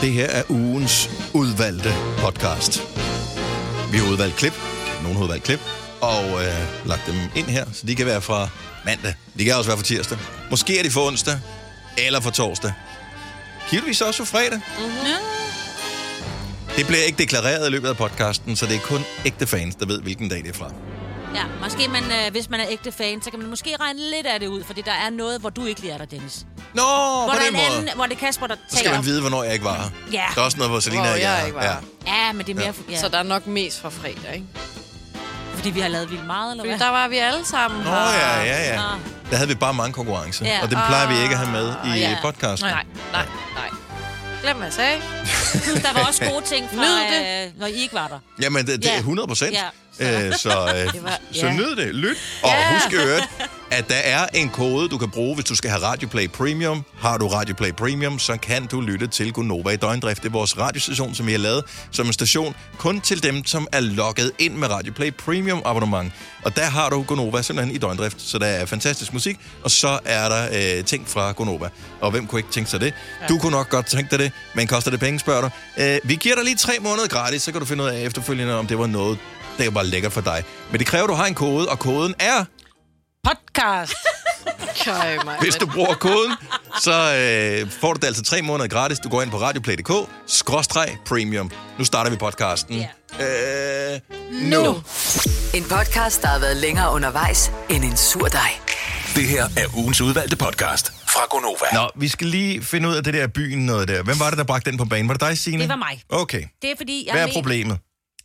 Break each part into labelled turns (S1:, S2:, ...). S1: Det her er ugens udvalgte podcast. Vi har udvalgt klip, nogen har udvalgt klip, og øh, lagt dem ind her, så de kan være fra mandag. De kan også være fra tirsdag. Måske er de fra onsdag, eller fra torsdag. Givetvis også fra fredag.
S2: Mm-hmm.
S1: Det bliver ikke deklareret i løbet af podcasten, så det er kun ægte fans, der ved, hvilken dag det er fra.
S2: Ja, måske man, øh, hvis man er ægte fan, så kan man måske regne lidt af det ud, fordi der er noget, hvor du ikke lige er der, Dennis.
S1: Nå,
S2: hvor der
S1: på
S2: er
S1: den
S2: en
S1: måde.
S2: anden, hvor det er Kasper, der tager...
S1: Så skal man vide, hvornår jeg ikke var her.
S2: Ja.
S1: Der er også noget, hvor Selina
S3: Hvor
S1: ikke
S3: jeg
S1: er
S3: ikke
S1: her.
S3: var
S1: Ja.
S3: her.
S2: Ja, men det er mere... Ja.
S3: Så der er nok mest fra fredag, ikke?
S2: Fordi vi har lavet vildt meget, eller
S3: Fordi
S2: hvad?
S3: der var vi alle sammen
S1: Nå,
S3: her.
S1: ja, ja, ja.
S2: Ah.
S1: Der havde vi bare mange konkurrencer,
S2: Ja.
S1: og det plejer vi ikke at have med i
S3: Ah, ja.
S1: øh, podcasten.
S3: Nej, nej, nej. Glem, hvad jeg sagde.
S2: Der var også gode ting fra,
S3: Nyd
S2: Øh, når I ikke var der.
S1: Jamen, det, det
S2: Ja.
S1: er 100 procent.
S2: Ja.
S1: Ja. Så, øh,
S3: var-
S1: så
S3: ja.
S1: nyd det. Lyt. Og husk i øvrigt, at der er en kode, du kan bruge, hvis du skal have Radioplay Premium. Har du Radioplay Premium, så kan du lytte til Gunova i døgndrift. Det er vores radiostation, som vi har lavet som en station kun til dem, som er logget ind med Radioplay Premium abonnement. Og der har du Gunova simpelthen i døgndrift, så der er fantastisk musik, og så er der øh, ting fra Gunova. Og hvem kunne ikke tænke sig det? Ja. Du kunne nok godt tænke dig det, men koster det penge, spørger du. Øh, vi giver dig lige tre måneder gratis, så kan du finde ud af efterfølgende, om det var noget, der var lækkert for dig. Men det kræver, at du har en kode, og koden er...
S4: Podcast.
S3: Køj, mig.
S1: Hvis du bruger koden, så øh, får du det altså tre måneder gratis. Du går ind på radioplay.dk, skråstreg premium. Nu starter vi podcasten. Yeah. Øh, nu. nu.
S5: En podcast, der har været længere undervejs end en sur dej.
S6: Det her er ugens udvalgte podcast fra Gonova.
S1: Nå, vi skal lige finde ud af det der byen noget der. Hvem var det, der bragte den på banen? Var det dig, Signe?
S2: Det var mig.
S1: Okay.
S2: Det er fordi, jeg,
S1: Hvad er
S2: mener-
S1: problemet?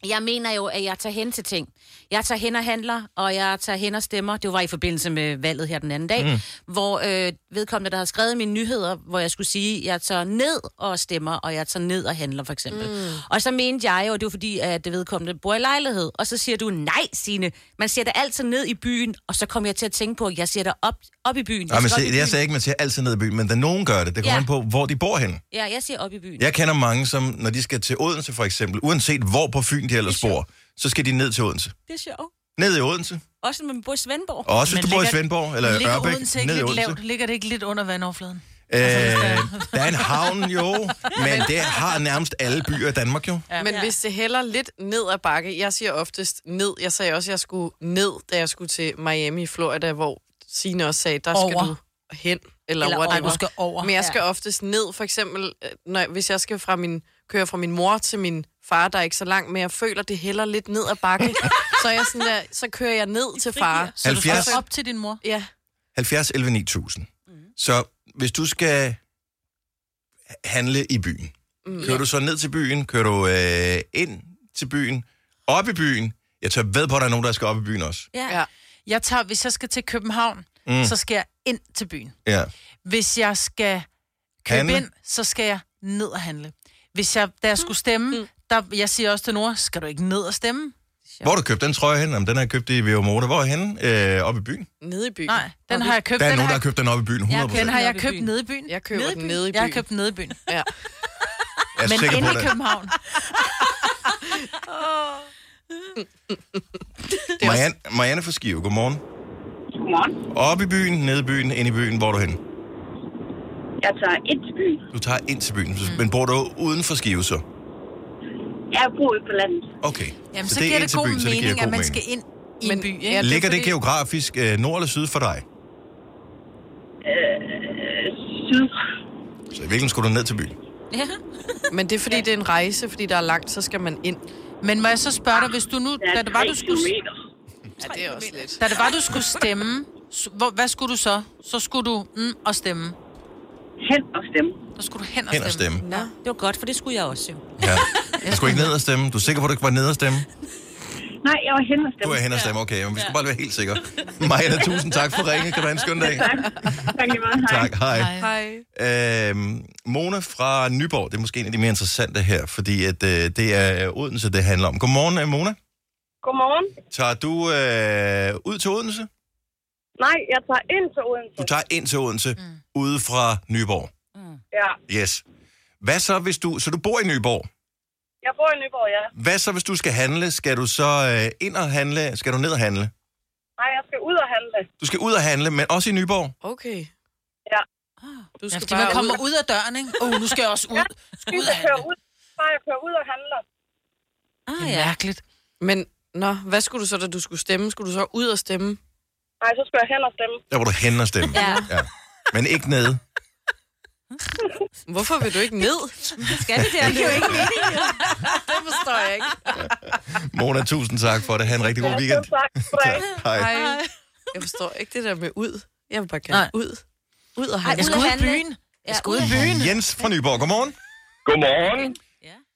S2: jeg mener jo, at jeg tager hen til ting. Jeg tager hen og handler, og jeg tager hen og stemmer. Det var i forbindelse med valget her den anden dag, mm. hvor øh, vedkommende, der havde skrevet mine nyheder, hvor jeg skulle sige, at jeg tager ned og stemmer, og jeg tager ned og handler, for eksempel. Mm. Og så mente jeg jo, at det var fordi, at det vedkommende bor i lejlighed. Og så siger du, nej, Signe, man siger da altid ned i byen, og så kom jeg til at tænke på, at jeg siger da op, op i byen.
S1: Jeg,
S2: skal
S1: men,
S2: op i
S1: se, jeg
S2: byen.
S1: sagde ikke, man siger altid ned i byen, men da nogen gør det, det kommer
S2: Ja.
S1: an på, hvor de bor henne.
S2: Ja, jeg siger op i byen.
S1: Jeg kender mange, som når de skal til Odense for eksempel, uanset hvor på Fyn de ellers bor, så skal de ned til Odense.
S2: Det er sjovt.
S1: Ned i Odense.
S2: Også når man bor i Svendborg.
S1: Og også hvis
S4: Men
S1: du bor i
S4: ligger-
S1: Svendborg eller
S4: Ligger
S1: Ørbæk,
S4: Odense ikke
S1: ned i
S4: lidt
S1: Odense.
S4: lavt? Ligger det ikke lidt under vandoverfladen? Altså,
S1: Øh, der er en havn jo, men det har nærmest alle byer i Danmark jo.
S3: Men hvis det hælder lidt ned ad bakke, jeg siger oftest ned. Jeg sagde også, at jeg skulle ned, da jeg skulle til Miami i Florida, hvor Signe også sagde, der skal
S4: Over.
S3: du hen, eller,
S2: Eller
S3: eller
S2: over.
S3: whatever.
S4: Nej, du skal over.
S3: Men jeg skal oftest ned, for eksempel, øh, når, jeg- hvis jeg skal fra min, køre fra min mor til min far, der er ikke så langt, men jeg føler, det hælder lidt ned ad bakke. så, er jeg sådan der, så kører jeg ned til far.
S4: Så du
S1: 70.
S4: skal op til din mor?
S3: Ja,
S1: 70 11 9000. Så hvis du skal handle i byen, kører du så ned til byen, kører du øh, ind til byen, op i byen. Jeg tør ved på, at der er nogen, der skal op i byen også.
S3: ja.
S4: Jeg tager, hvis jeg skal til København, mm. så skal jeg ind til byen.
S1: Ja.
S4: Hvis jeg skal købe
S1: Handle.
S4: handle. ind, så skal jeg ned og handle. Hvis jeg, da jeg skulle stemme, mm. der, jeg siger også til Nora, skal du ikke ned og stemme?
S1: Hvor har du købt den trøje hen? Jamen, den har jeg købt i Veo Motor. Hvor er henne? Øh, op i byen.
S3: nede i byen.
S4: Nej, den har jeg købt.
S1: Der er
S4: den
S1: nogen,
S4: har,
S1: der har købt den op i byen 100%.
S2: Jeg
S4: den
S1: Jeg
S4: har
S2: Nede
S4: jeg
S2: i
S4: købt
S2: byen.
S4: nede i byen.
S3: Jeg køber
S4: nede i
S3: den
S4: byen.
S3: nede i
S4: Jeg har
S3: byen.
S4: købt nede i byen.
S3: Ja.
S1: er
S4: Men
S1: sikker
S4: ind
S1: på
S4: i
S1: det.
S4: København.
S1: Marianne, Marianne fra Skive, godmorgen.
S7: Godmorgen.
S1: Op i byen, ned i byen, ind i byen. Hvor er du henne?
S7: Jeg tager ind til byen.
S1: Du tager ind til byen, mm. men bor du uden for Skive så?
S7: Jeg bor ude på landet.
S1: Okay.
S4: Jamen, så, så giver
S1: ind
S4: det
S1: til
S4: god
S1: byen, så det giver
S4: mening,
S1: god
S4: at man
S1: mening.
S4: skal ind i en
S3: Men-
S4: by,
S3: Ja,
S4: ikke?
S3: det er
S1: Ligger det
S3: fordi-
S1: geografisk øh, nord eller syd for dig?
S7: Syd.
S1: Så i virkeligheden skulle du ned til byen.
S2: Ja.
S3: Men det er, fordi det er en rejse, fordi der er langt, så skal man ind.
S4: Men må jeg så spørge dig, hvis du nu,
S7: Der er
S4: da det var,
S7: tre
S4: du skulle,
S7: kilometer.
S3: Ja, det er også lidt.
S4: da det var, du skulle stemme, s- hvor, hvad skulle du så? Så skulle du mm, og stemme.
S7: Hen og stemme.
S4: Så skulle du hen og
S1: Hen og
S4: stemme.
S1: stemme.
S3: Nå.
S2: Det var godt, for det skulle jeg også jo.
S1: Ja. Du skulle ikke ned og stemme. Du er sikker på, at du ikke var ned og stemme?
S7: Nej, jeg var hen og
S1: Du
S7: stemme.
S1: er hen og stemme, okay. Men vi skal bare være helt sikre. Maja, tusind tak for ringet. Kan du have en skøn dag?
S7: Tak. Tak lige meget. Hej.
S1: Tak, hej.
S3: Hej.
S1: Øhm, Mona fra Nyborg, det er måske en af de mere interessante her, fordi at, øh, det er Odense, det handler om. Godmorgen, øh, Mona.
S7: Godmorgen.
S1: Tager du øh, ud til Odense?
S7: Nej, jeg tager ind til Odense.
S1: Du tager ind til Odense, mm. ude fra Nyborg.
S7: Ja.
S1: Yes. Hvad så, hvis du... Så du bor i Nyborg.
S7: Jeg bor i Nyborg, ja.
S1: Hvad så, hvis du skal handle? Skal du så øh, ind og handle? Skal du ned og handle?
S7: Nej, jeg skal ud og handle.
S1: Du skal ud og handle, men også i Nyborg.
S3: Okay.
S7: Ja.
S3: Du
S4: Ja,
S3: skal
S4: fordi
S3: bare
S4: man kommer
S3: ud.
S4: ud af døren, ikke? Åh, oh, nu skal jeg også ud. Skal ud
S7: Jeg
S4: af
S7: kører
S4: det.
S7: ud, bare jeg kører ud og handler.
S2: Ah,
S4: Det er
S2: ja.
S4: mærkeligt.
S3: Men, nå, hvad skulle du så, da du skulle stemme? Skulle du så ud og stemme?
S7: Nej, så skal jeg hen og stemme.
S1: Der var du hen og stemme.
S2: Ja.
S1: ja. Men ikke nede.
S3: Hvorfor vil du ikke ned?
S2: Skal det der? Det er jo ikke
S3: Det forstår jeg ikke.
S1: Mona, tusind tak for det. Ha' en rigtig god
S7: Så
S1: weekend.
S7: sagt,
S1: Tak. Hej.
S3: Ej. Jeg forstår ikke det der med ud. Jeg vil bare
S4: Nej.
S3: gerne ud. Ud og
S2: Ej,
S4: Jeg
S3: handle.
S4: skal
S2: Ud
S4: ud
S2: at
S4: i
S2: handle.
S4: byen.
S2: Jeg
S4: skal ud i byen.
S1: Jens fra Nyborg, godmorgen.
S8: Godmorgen.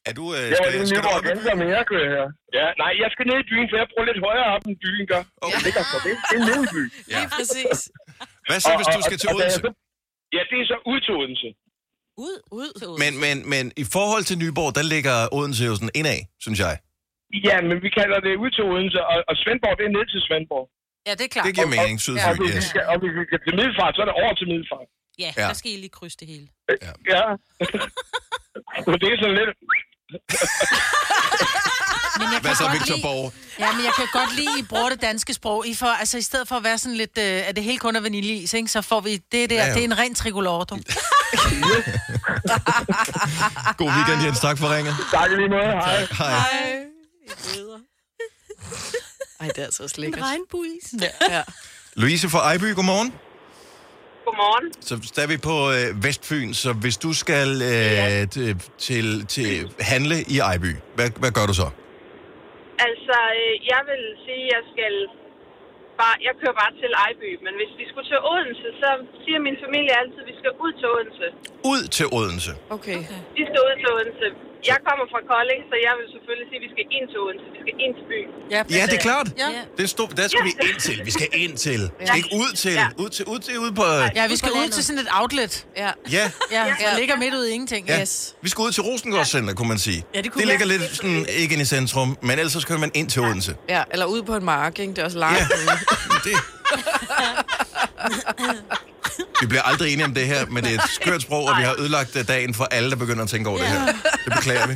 S1: Er du, øh,
S8: Jeg er
S1: skal,
S8: lige
S1: skal du
S8: Nyborg
S1: op i
S8: Genser
S1: byen?
S8: med jer, kører her. Ja, nej, jeg skal ned i byen, for jeg bruger lidt højere op, end byen gør.
S1: Okay.
S8: Okay. Det, er, det, det er nede i byen.
S1: Ja.
S3: Lige præcis.
S1: Hvad så, hvis du skal til
S8: og da jeg
S1: Odense?
S8: så- Ja, det er så ud til Odense.
S2: Ud, ud, til ud.
S1: Men, men, men i forhold til Nyborg, der ligger Odense jo sådan indad, synes jeg.
S8: Ja, men vi kalder det ud til Odense, og, og Svendborg, det er ned til Svendborg.
S4: Ja, det er klart.
S1: Det giver mening,
S8: Og
S1: Sydfyn,
S8: hvis vi
S1: yes.
S8: skal, og hvis vi skal til Middelfart, så er det over til Middelfart.
S2: Ja,
S1: Ja.
S2: der skal I lige krydse det hele.
S8: Ja. Men det er sådan lidt...
S4: Men jeg kan
S1: Hvad så,
S4: godt
S1: Victor
S4: lide-
S1: Borg?
S4: Ja, men jeg kan godt lide, I bruger det danske sprog. I får, altså, i stedet for at være sådan lidt, øh, at det hele kun er vaniljeis, ikke, så får vi det der.
S1: Ja,
S4: Ja,
S1: ja.
S4: ja. Det er en ren trigolordo.
S1: God weekend, Jens. Tak for ringet.
S8: Tak i lige måde. Hej.
S1: Hej.
S3: Ej, det er altså også lækkert.
S2: Regnbuis.
S3: Ja.
S1: Louise fra Ejby, godmorgen.
S7: Godmorgen.
S1: Så der er vi på øh, Vestfyn, så hvis du skal øh, t- til, til handle i Ejby, hvad, hvad gør du så?
S7: Altså, øh, jeg vil sige, at jeg skal bare, jeg kører bare til Ejby, men hvis vi skulle til Odense, så siger min familie altid, at vi skal ud til Odense.
S1: Ud til Odense.
S3: Okay.
S7: Vi skal ud til Odense. Jeg kommer fra Kolding, så jeg vil selvfølgelig sige, at vi skal ind til Odense. Vi skal ind til byen.
S1: Ja, det er klart.
S4: Ja.
S1: Det stod, der skal vi ind til. Vi skal ind til. Vi skal ikke ud til.
S7: Ja.
S1: Ud til, ud til, ud på...
S4: Ja, vi skal ud
S2: landet.
S4: til sådan et outlet.
S3: Ja.
S1: Ja,
S4: Ja, ja. ligger midt ude i ingenting.
S1: ja.
S4: Ja.
S3: Yes.
S1: Vi skal ud til Rosengårds Center, kunne man sige.
S4: Ja, det kunne
S1: det
S4: vi.
S1: ligger lidt sådan, ikke ind i centrum, men ellers så kører man ind til Odense.
S3: Ja, eller ud på en mark, ikke? Det er også langt.
S1: Ja. Det. Vi bliver aldrig enige om det her, men det er et skørt sprog, og vi har ødelagt øh, dagen for alle, der begynder at tænke over det her. Det beklager vi.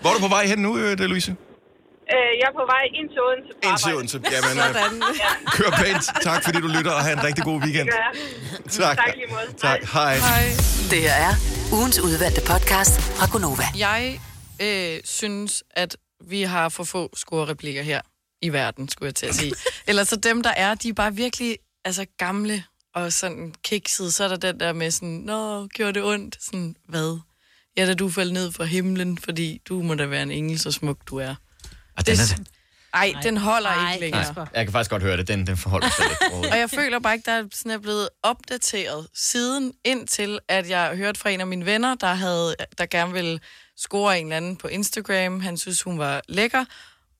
S1: Hvor er du på vej hen nu, øh, det, Louise?
S7: Øh, jeg er på vej ind til Odense. på
S1: Ind til
S7: arbejde.
S1: Odense. Jamen, øh, kør pænt. Tak fordi du lytter, og have en rigtig god weekend.
S7: Det gør jeg.
S1: Tak.
S7: Tak i lige måde.
S1: Tak. Hej.
S3: Hej.
S5: Det her er ugens udvalgte podcast fra Gonova.
S3: Jeg øh, synes, at vi har for få scorereplikker her i verden, skulle jeg til at sige. Eller så dem, der er, de er bare virkelig altså, gamle og sådan kiksede. Så er der den der med sådan, Nå, gjorde det ondt? Sådan, hvad? Ja, da du faldt ned fra himlen, fordi du må da være en engel, så smuk du er.
S9: Og den,
S3: Det-
S9: er,
S3: Ej, den holder
S2: Ej,
S3: ikke længere.
S2: Kasper.
S9: jeg kan faktisk godt høre det. Den, den forholder sig lidt. overhovedet.
S3: Og jeg føler bare ikke, der er sådan er blevet opdateret siden indtil, at jeg hørte fra en af mine venner, der, havde, der gerne ville score en eller anden på Instagram. Han synes, hun var lækker.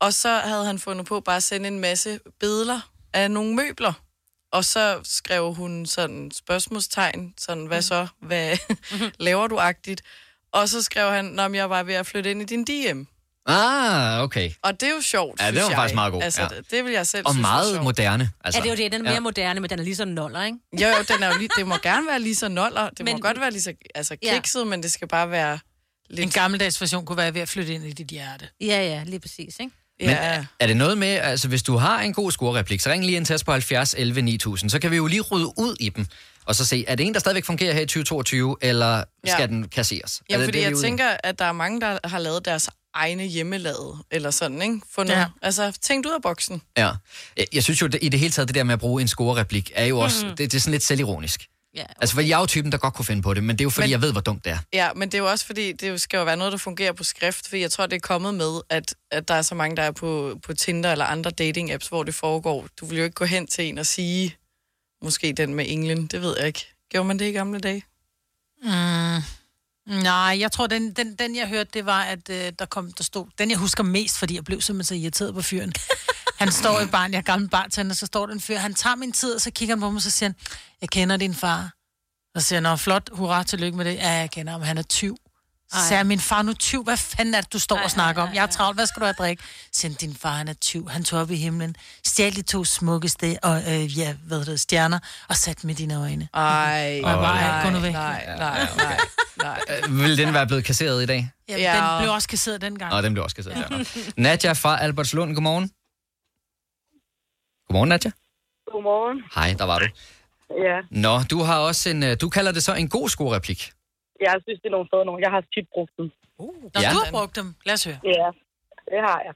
S3: Og så havde han fundet på bare at sende en masse billeder af nogle møbler. Og så skrev hun sådan spørgsmålstegn, sådan, hvad så, hvad laver du-agtigt? Og så skrev han, om jeg var ved at flytte ind i din DM.
S9: Ah, okay.
S3: Og det er jo sjovt,
S9: Ja, den
S3: synes
S9: var
S3: jeg.
S9: faktisk meget god,
S3: Altså,
S9: ja.
S3: det, det vil jeg selv
S9: Og
S3: synes var
S9: meget
S3: sjovt.
S9: moderne.
S2: Ja,
S9: Altså.
S2: det er jo det. Den er mere moderne, men den er lige så noller, ikke?
S3: Jo, jo, den er jo lige, det må gerne være lige så noller. Det men, må
S2: Men-
S3: godt være lige så altså,
S2: Ja.
S3: kikset, ja. men det skal bare være lidt...
S4: En gammeldags version kunne være ved at flytte ind i dit hjerte.
S2: Ja, ja, lige præcis, ikke?
S3: ja.
S9: Men er, er det noget med, altså hvis du har en god scorereplik, så ring lige ind til os på 70 11 9000, så kan vi jo lige rydde ud i dem, og så se, er det en, der stadigvæk fungerer her i 2022, eller
S3: Ja.
S9: ja. skal den kasseres?
S3: ja,
S9: er det
S3: fordi
S9: det, vi er
S3: jeg
S9: ude i?
S3: tænker, at der er mange, der har lavet deres egne hjemmelavede, eller sådan, ikke? Fundet, ja.
S4: Ja.
S3: Altså, tænkt ud af boksen.
S9: Ja. Jeg- Jeg synes jo, det, i det hele taget, det der med at bruge en scorereplik, er jo også,
S3: Mhm.
S9: mm. det, det er sådan lidt selvironisk.
S2: Ja,
S9: Altså, fordi jeg er jo typen, der godt kunne finde på det, men det er jo fordi,
S3: Men-
S9: men... jeg ved, hvor dumt det er.
S3: Ja, men det er jo også fordi, det jo- skal jo være noget, der fungerer på skrift, for jeg tror, det er kommet med, at, at der er så mange, der er på, på Tinder eller andre dating-apps, hvor det foregår. Du vil jo ikke gå hen til en og sige, måske den med englen, det ved jeg ikke. Gjorde man det i gamle dage?
S4: Nej, jeg tror, den, den, den jeg hørte, det var, at øh, der, kom, der stod... Den, jeg husker mest, fordi jeg blev simpelthen så irriteret på fyren. Han står i barn, jeg er gammel bartender, så står den fyr. Han tager min tid, og så kigger han på mig, og så siger han, jeg kender din far. Og så siger han, "Nå, flot, hurra, tillykke med det. Ja, jeg kender ham, han er 20. Så
S2: Ej.
S4: sagde jeg, min far nu 20, hvad fanden er det, du står og snakker om? Jeg er travlt, hvad skal du have at drikke? Så siger han, din far, han er 20, han tog op i himlen, stjal de to smukkeste, og øh, ja, hvad hedder det, stjerner, og satte med dine øjne.
S3: Ej,
S4: Og jeg bare,
S3: nej,
S4: "Ej, gå nu væk.
S3: nej, nej, nej, nej.
S9: Øh, Vil den være blevet kasseret i dag?
S4: Ja,
S3: Ja.
S4: Den blev også kasseret dengang.
S9: Nå, den blev også kasseret. Ja. nå. Nadja fra Albertslund, godmorgen. Godmorgen, Nadja.
S7: Godmorgen.
S9: Hej, der var du.
S10: Ja,
S9: Nå, du har også en, øh, du kalder det så en god skoreplik.
S10: jeg synes, det er nogle fede nogle. Jeg har tit brugt dem.
S4: Når
S9: Ja.
S4: ja. du har brugt dem, lad os høre.
S10: Ja, det har jeg.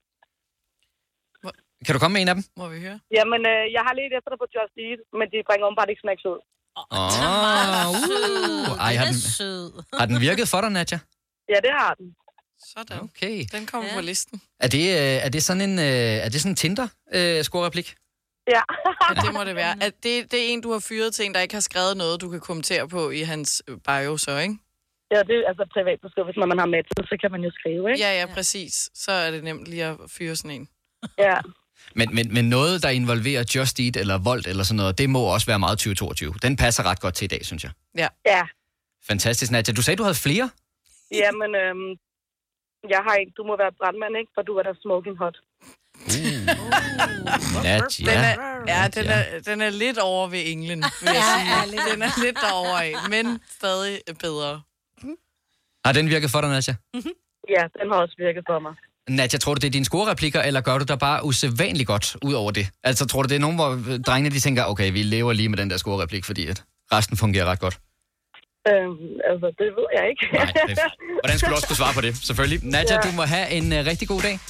S9: Kan du komme med en af dem?
S3: Må vi høre?
S10: Jamen, øh, jeg har let efter det på Just Eat, men de bringer åbenbart ikke snacks ud.
S9: Åh, uh, ej, har den, har den virket for dig, Nadja?
S10: Ja, det har den.
S3: Sådan.
S9: Okay.
S3: Den kommer ja. på listen.
S9: Er det, øh, er det sådan en, øh, er det sådan en Tinder øh, skoreplik?
S10: Ja.
S3: det må det være. At det, det er en, du har fyret til en, der ikke har skrevet noget, du kan kommentere på i hans øh, bio, så, ikke?
S10: Ja, det er altså privat besked. Hvis man, man har matchet, så kan man jo skrive, ikke?
S3: Ja, ja, præcis. Så er det nemt lige at fyre sådan en.
S10: Ja.
S9: Men, men, men noget, der involverer Just Eat eller Volt eller sådan noget, det må også være meget 2022. Den passer ret godt til i dag, synes jeg.
S3: Ja.
S10: Ja,
S9: Fantastisk, Nadja. Du sagde, du havde flere?
S10: Jamen, øhm, jeg har en. Du må være brandmand, ikke? For du er da smoking hot.
S9: Nadja.
S3: Den er, ja, den er, den er lidt over ved England, vil jeg sige. Den er lidt derovre af, men stadig bedre.
S9: Har den virket for dig, Nadja?
S10: Ja, den har også virket for mig.
S9: Nadja, tror du, det er dine scorereplikker, eller gør du dig bare usædvanligt godt ud over det? Altså, tror du, det er nogen, hvor øh, drengene de tænker, okay, vi lever lige med den der scorereplik, fordi at resten fungerer ret godt?
S10: Øhm, altså, det ved jeg ikke.
S9: Nej, det, hvordan skulle du også kunne svare på det, selvfølgelig? Nadja, du må have en uh, rigtig god dag.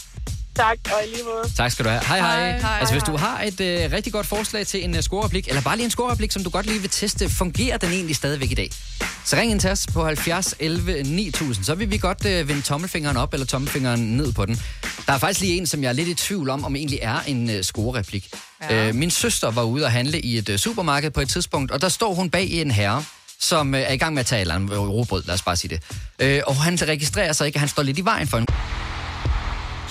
S10: tak, og i lige måde.
S9: Tak skal du have. Hej, hej.
S3: Hej.
S9: Altså, hvis du har et øh, rigtig godt forslag til en øh, scorereplik, eller bare lige en scorereplik, som du godt lige vil teste, fungerer den egentlig stadigvæk i dag? Så ring ind til os på 70 11 9000, så vil vi godt øh, vende tommelfingeren op eller tommelfingeren ned på den. Der er faktisk lige en, som jeg er lidt i tvivl om, om egentlig er en øh, scorereplik. Ja. Øh, min søster var ude at handle i et øh, supermarked på et tidspunkt, og der står hun bag en herre, som øh, er i gang med at tage et eller andet øh, robrød, lad os bare sige det. Øh, og han registrerer sig ikke, at han står lidt i vejen for en.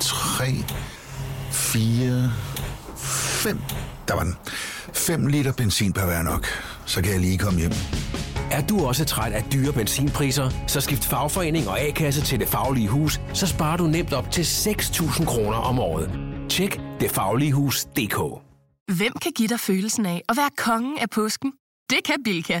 S11: 3, 4, 5. Der var den. 5 liter benzin per hver nok. Så kan jeg lige komme hjem.
S12: Er du også træt af dyre benzinpriser, så skift fagforening og A-kasse til Det Faglige Hus, så sparer du nemt op til 6.000 kroner om året. Tjek detfagligehus.dk
S13: Hvem kan give dig følelsen af at være kongen af påsken? Det kan Bilka!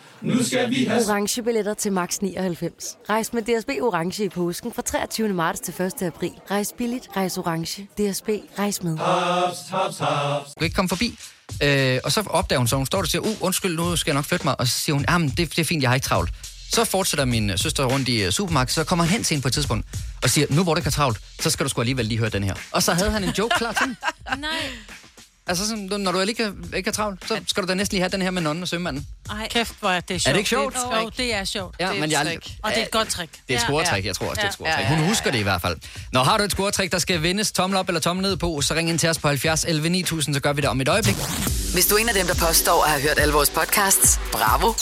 S14: Nu skal vi have...
S15: orange billetter til max 99. Rejs med DSB orange i påsken fra 23. marts til 1. april. Rejs billigt, rejs orange. DSB rejs med.
S14: Haps, haps, haps.
S9: Du kan ikke komme forbi. Øh, og så opdager hun så, hun står der og siger, uh, undskyld, nu skal jeg nok flytte mig. Og så siger hun, jamen, det, det er fint, jeg har ikke travlt. Så fortsætter min øh, søster rundt i øh, supermarkedet, så kommer han hen til hende på et tidspunkt og siger, nu hvor du ikke har travlt, så skal du sgu alligevel lige høre den her. Og så havde han en joke klar til hende.
S2: Nej.
S9: Altså sådan, du- når du ikke, ikke har travlt, så skal du da næsten lige have den her med nonnen og sømanden.
S4: Ej. Kæft, hvor er det sjovt.
S9: Er det ikke sjovt?
S4: Det er, jo, det er sjovt.
S9: Ja,
S4: det er
S9: men
S4: et
S9: jeg-
S4: trick. Og det er et godt trick.
S9: Det er et scoretræk, jeg tror også, det er et scoretræk. Hun husker det i hvert fald. Når har du et scoretræk, der skal vendes tommel op eller tommel ned på, så ring ind til os på 70 11 9000, så gør vi det om et øjeblik.
S5: Hvis du er en af dem, der påstår at have hørt alle vores podcasts, bravo.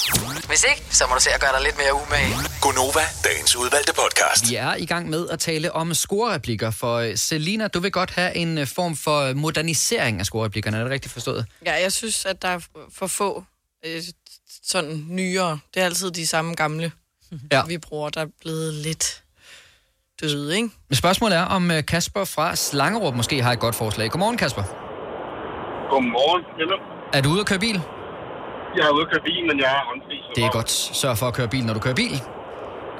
S5: Hvis ikke, så må du se at gøre dig lidt mere umage.
S6: Gonova, dagens udvalgte podcast.
S9: Vi er i gang med at tale om scorereplikker, for øh, Selina, du vil godt have en øh, form for modernisering af scorereplikkerne, er det rigtigt forstået?
S16: Mhm.
S3: Ja, jeg synes, at der er for få øh, sådan nyere. Det er altid de samme gamle,
S9: Ja.
S3: vi bruger, der er blevet lidt døde, ikke?
S9: Men Spørgsmålet er, om øh, Kasper fra Slangerup måske har et godt forslag. Godmorgen, Kasper.
S17: Godmorgen, Hello.
S9: Er du ude at køre bil?
S17: Jeg er ude at køre bil, men jeg er håndfri. så
S9: Det er godt. Sørg for at køre bil, når du kører bil.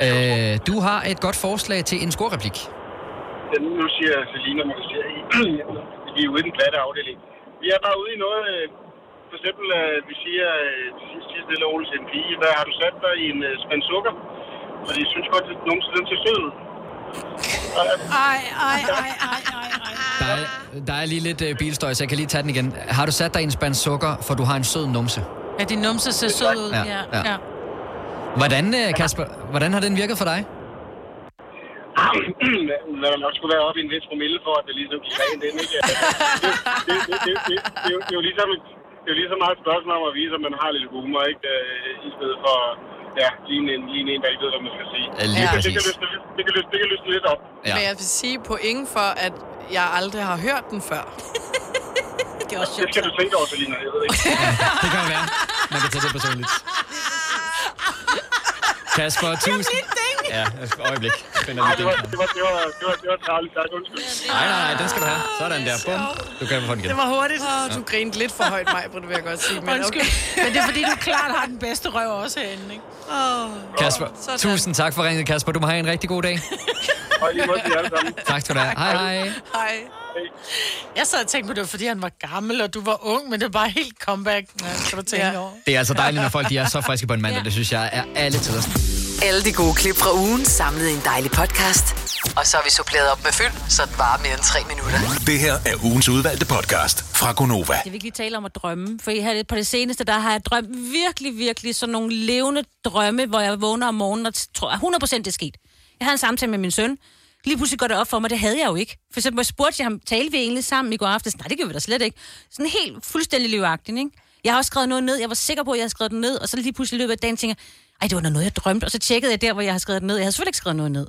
S9: Øh, du har et godt forslag til en scorereplik.
S17: Den, nu siger Selina, man siger, vi er ude i den glatte afdeling. Vi er bare ude i noget, øh, for eksempel, øh, vi siger øh, til sidst, sidst lille Ole til en pige, hvad har du sat dig i en øh, spand sukker? Og de synes godt, at nogen sidder til sød. ud. Og, øh,
S4: Ej, ej, ej, ej, ej.
S9: Der er, der er lige lidt øh, bilstøj, så jeg kan lige tage den igen. Har du sat dig i en spand sukker, for du har en sød numse?
S4: Ja, din numse ser sød ud.
S9: Ja,
S4: Ja,
S9: ja.
S4: ja.
S9: Hvordan, øh, Kasper, hvordan har den virket for dig?
S17: når der nok skulle være oppe i en vis promille for, at det ligesom gik rent ind, ikke? Det, det, det, det, det, det, er jo- det, er jo ligesom, det er jo lige så meget et spørgsmål om at vise, at man har lidt humor, ikke? Øh, I stedet for, ja, lige en, lige en, der ikke ved, hvad man skal sige.
S9: Ja, lige
S17: det, det,
S9: præcis.
S17: kan løsne, lidt- det, kan løsne, det kan løsne lidt op.
S3: Ja. Men jeg vil sige point for, at jeg aldrig har hørt den før.
S2: det er også
S17: Det skal du tænke over, Selina. Jeg ved ikke.
S18: Det kan være. Man kan tage det personligt. Kasper, tusind... Ja, et øjeblik. Finder
S17: Ej,
S18: vi
S17: det
S18: det.
S17: var, det var, det var, det var, det var travligt. Tak, undskyld.
S18: Nej, nej, nej, den skal du have. Sådan der. Bum. Du kan få den igen.
S3: Det var hurtigt. Oh, du
S18: Ja.
S3: grinede lidt for højt, mig, det vil jeg godt sige. Men,
S4: Undskyld.
S3: okay.
S4: Men det er fordi, du klart har den bedste røv også herinde, ikke?
S3: Oh.
S9: Kasper, tusind tak for ringet, Kasper. Du må have en rigtig god dag.
S17: Og lige måde til jer alle sammen.
S9: Tak skal du have. Hej, hej.
S4: Hej. Jeg sad og tænkte på, det var fordi, han var gammel, og du var ung, men det var helt comeback. Ja, kan du tænke ja. over.
S9: Det er altså dejligt, når folk de er så friske på en mandag. Det synes jeg er alle tider.
S5: Alle de gode klip fra ugen samlet i en dejlig podcast. Og så har vi suppleret op med fyld, så det varer mere end tre minutter.
S6: Det her er ugens udvalgte podcast fra Gonova.
S2: Jeg vil ikke lige tale om at drømme, for I har på det seneste, der har jeg drømt virkelig, virkelig sådan nogle levende drømme, hvor jeg vågner om morgenen og tror, at 100% det er sket. Jeg havde en samtale med min søn. Lige pludselig går det op for mig, det havde jeg jo ikke. For så spurgte jeg ham, talte vi egentlig sammen i går aftes? Nej, det gjorde vi da slet ikke. Sådan helt fuldstændig livagtigt, ikke? Jeg har også skrevet noget ned, jeg var sikker på, at jeg havde skrevet det ned, og så lige pludselig i løbet af dagen tænker jeg, ej, det var da noget, jeg drømte, og så tjekkede jeg der, hvor jeg har skrevet det ned. Jeg har selvfølgelig ikke skrevet noget ned.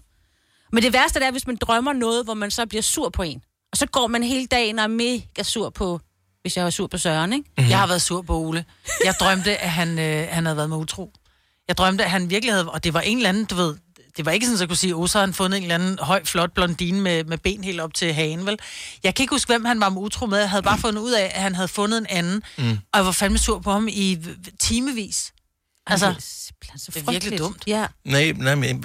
S2: Men det værste det er, hvis man drømmer noget, hvor man så bliver sur på en. Og så går man hele dagen og er mega sur på, hvis jeg var sur på Søren, ikke?
S1: Mm.
S4: Jeg har været sur på Ole. Jeg drømte, at han, øh, han havde været med utro. Jeg drømte, at han virkelig havde... Og det var en eller anden, du ved... Det var ikke sådan, at jeg kunne sige, at så har han fundet en eller anden høj, flot blondine med, med ben helt op til hagen, vel? Jeg kan ikke huske, hvem han var med utro med. Jeg havde bare fundet ud af, at han havde fundet en anden.
S2: Mm.
S4: Og jeg var fandme sur på ham i v- v- timevis. Altså,
S2: det er
S4: det er virkelig
S2: frygteligt.
S4: dumt.
S2: Ja.
S1: Nej, nej men,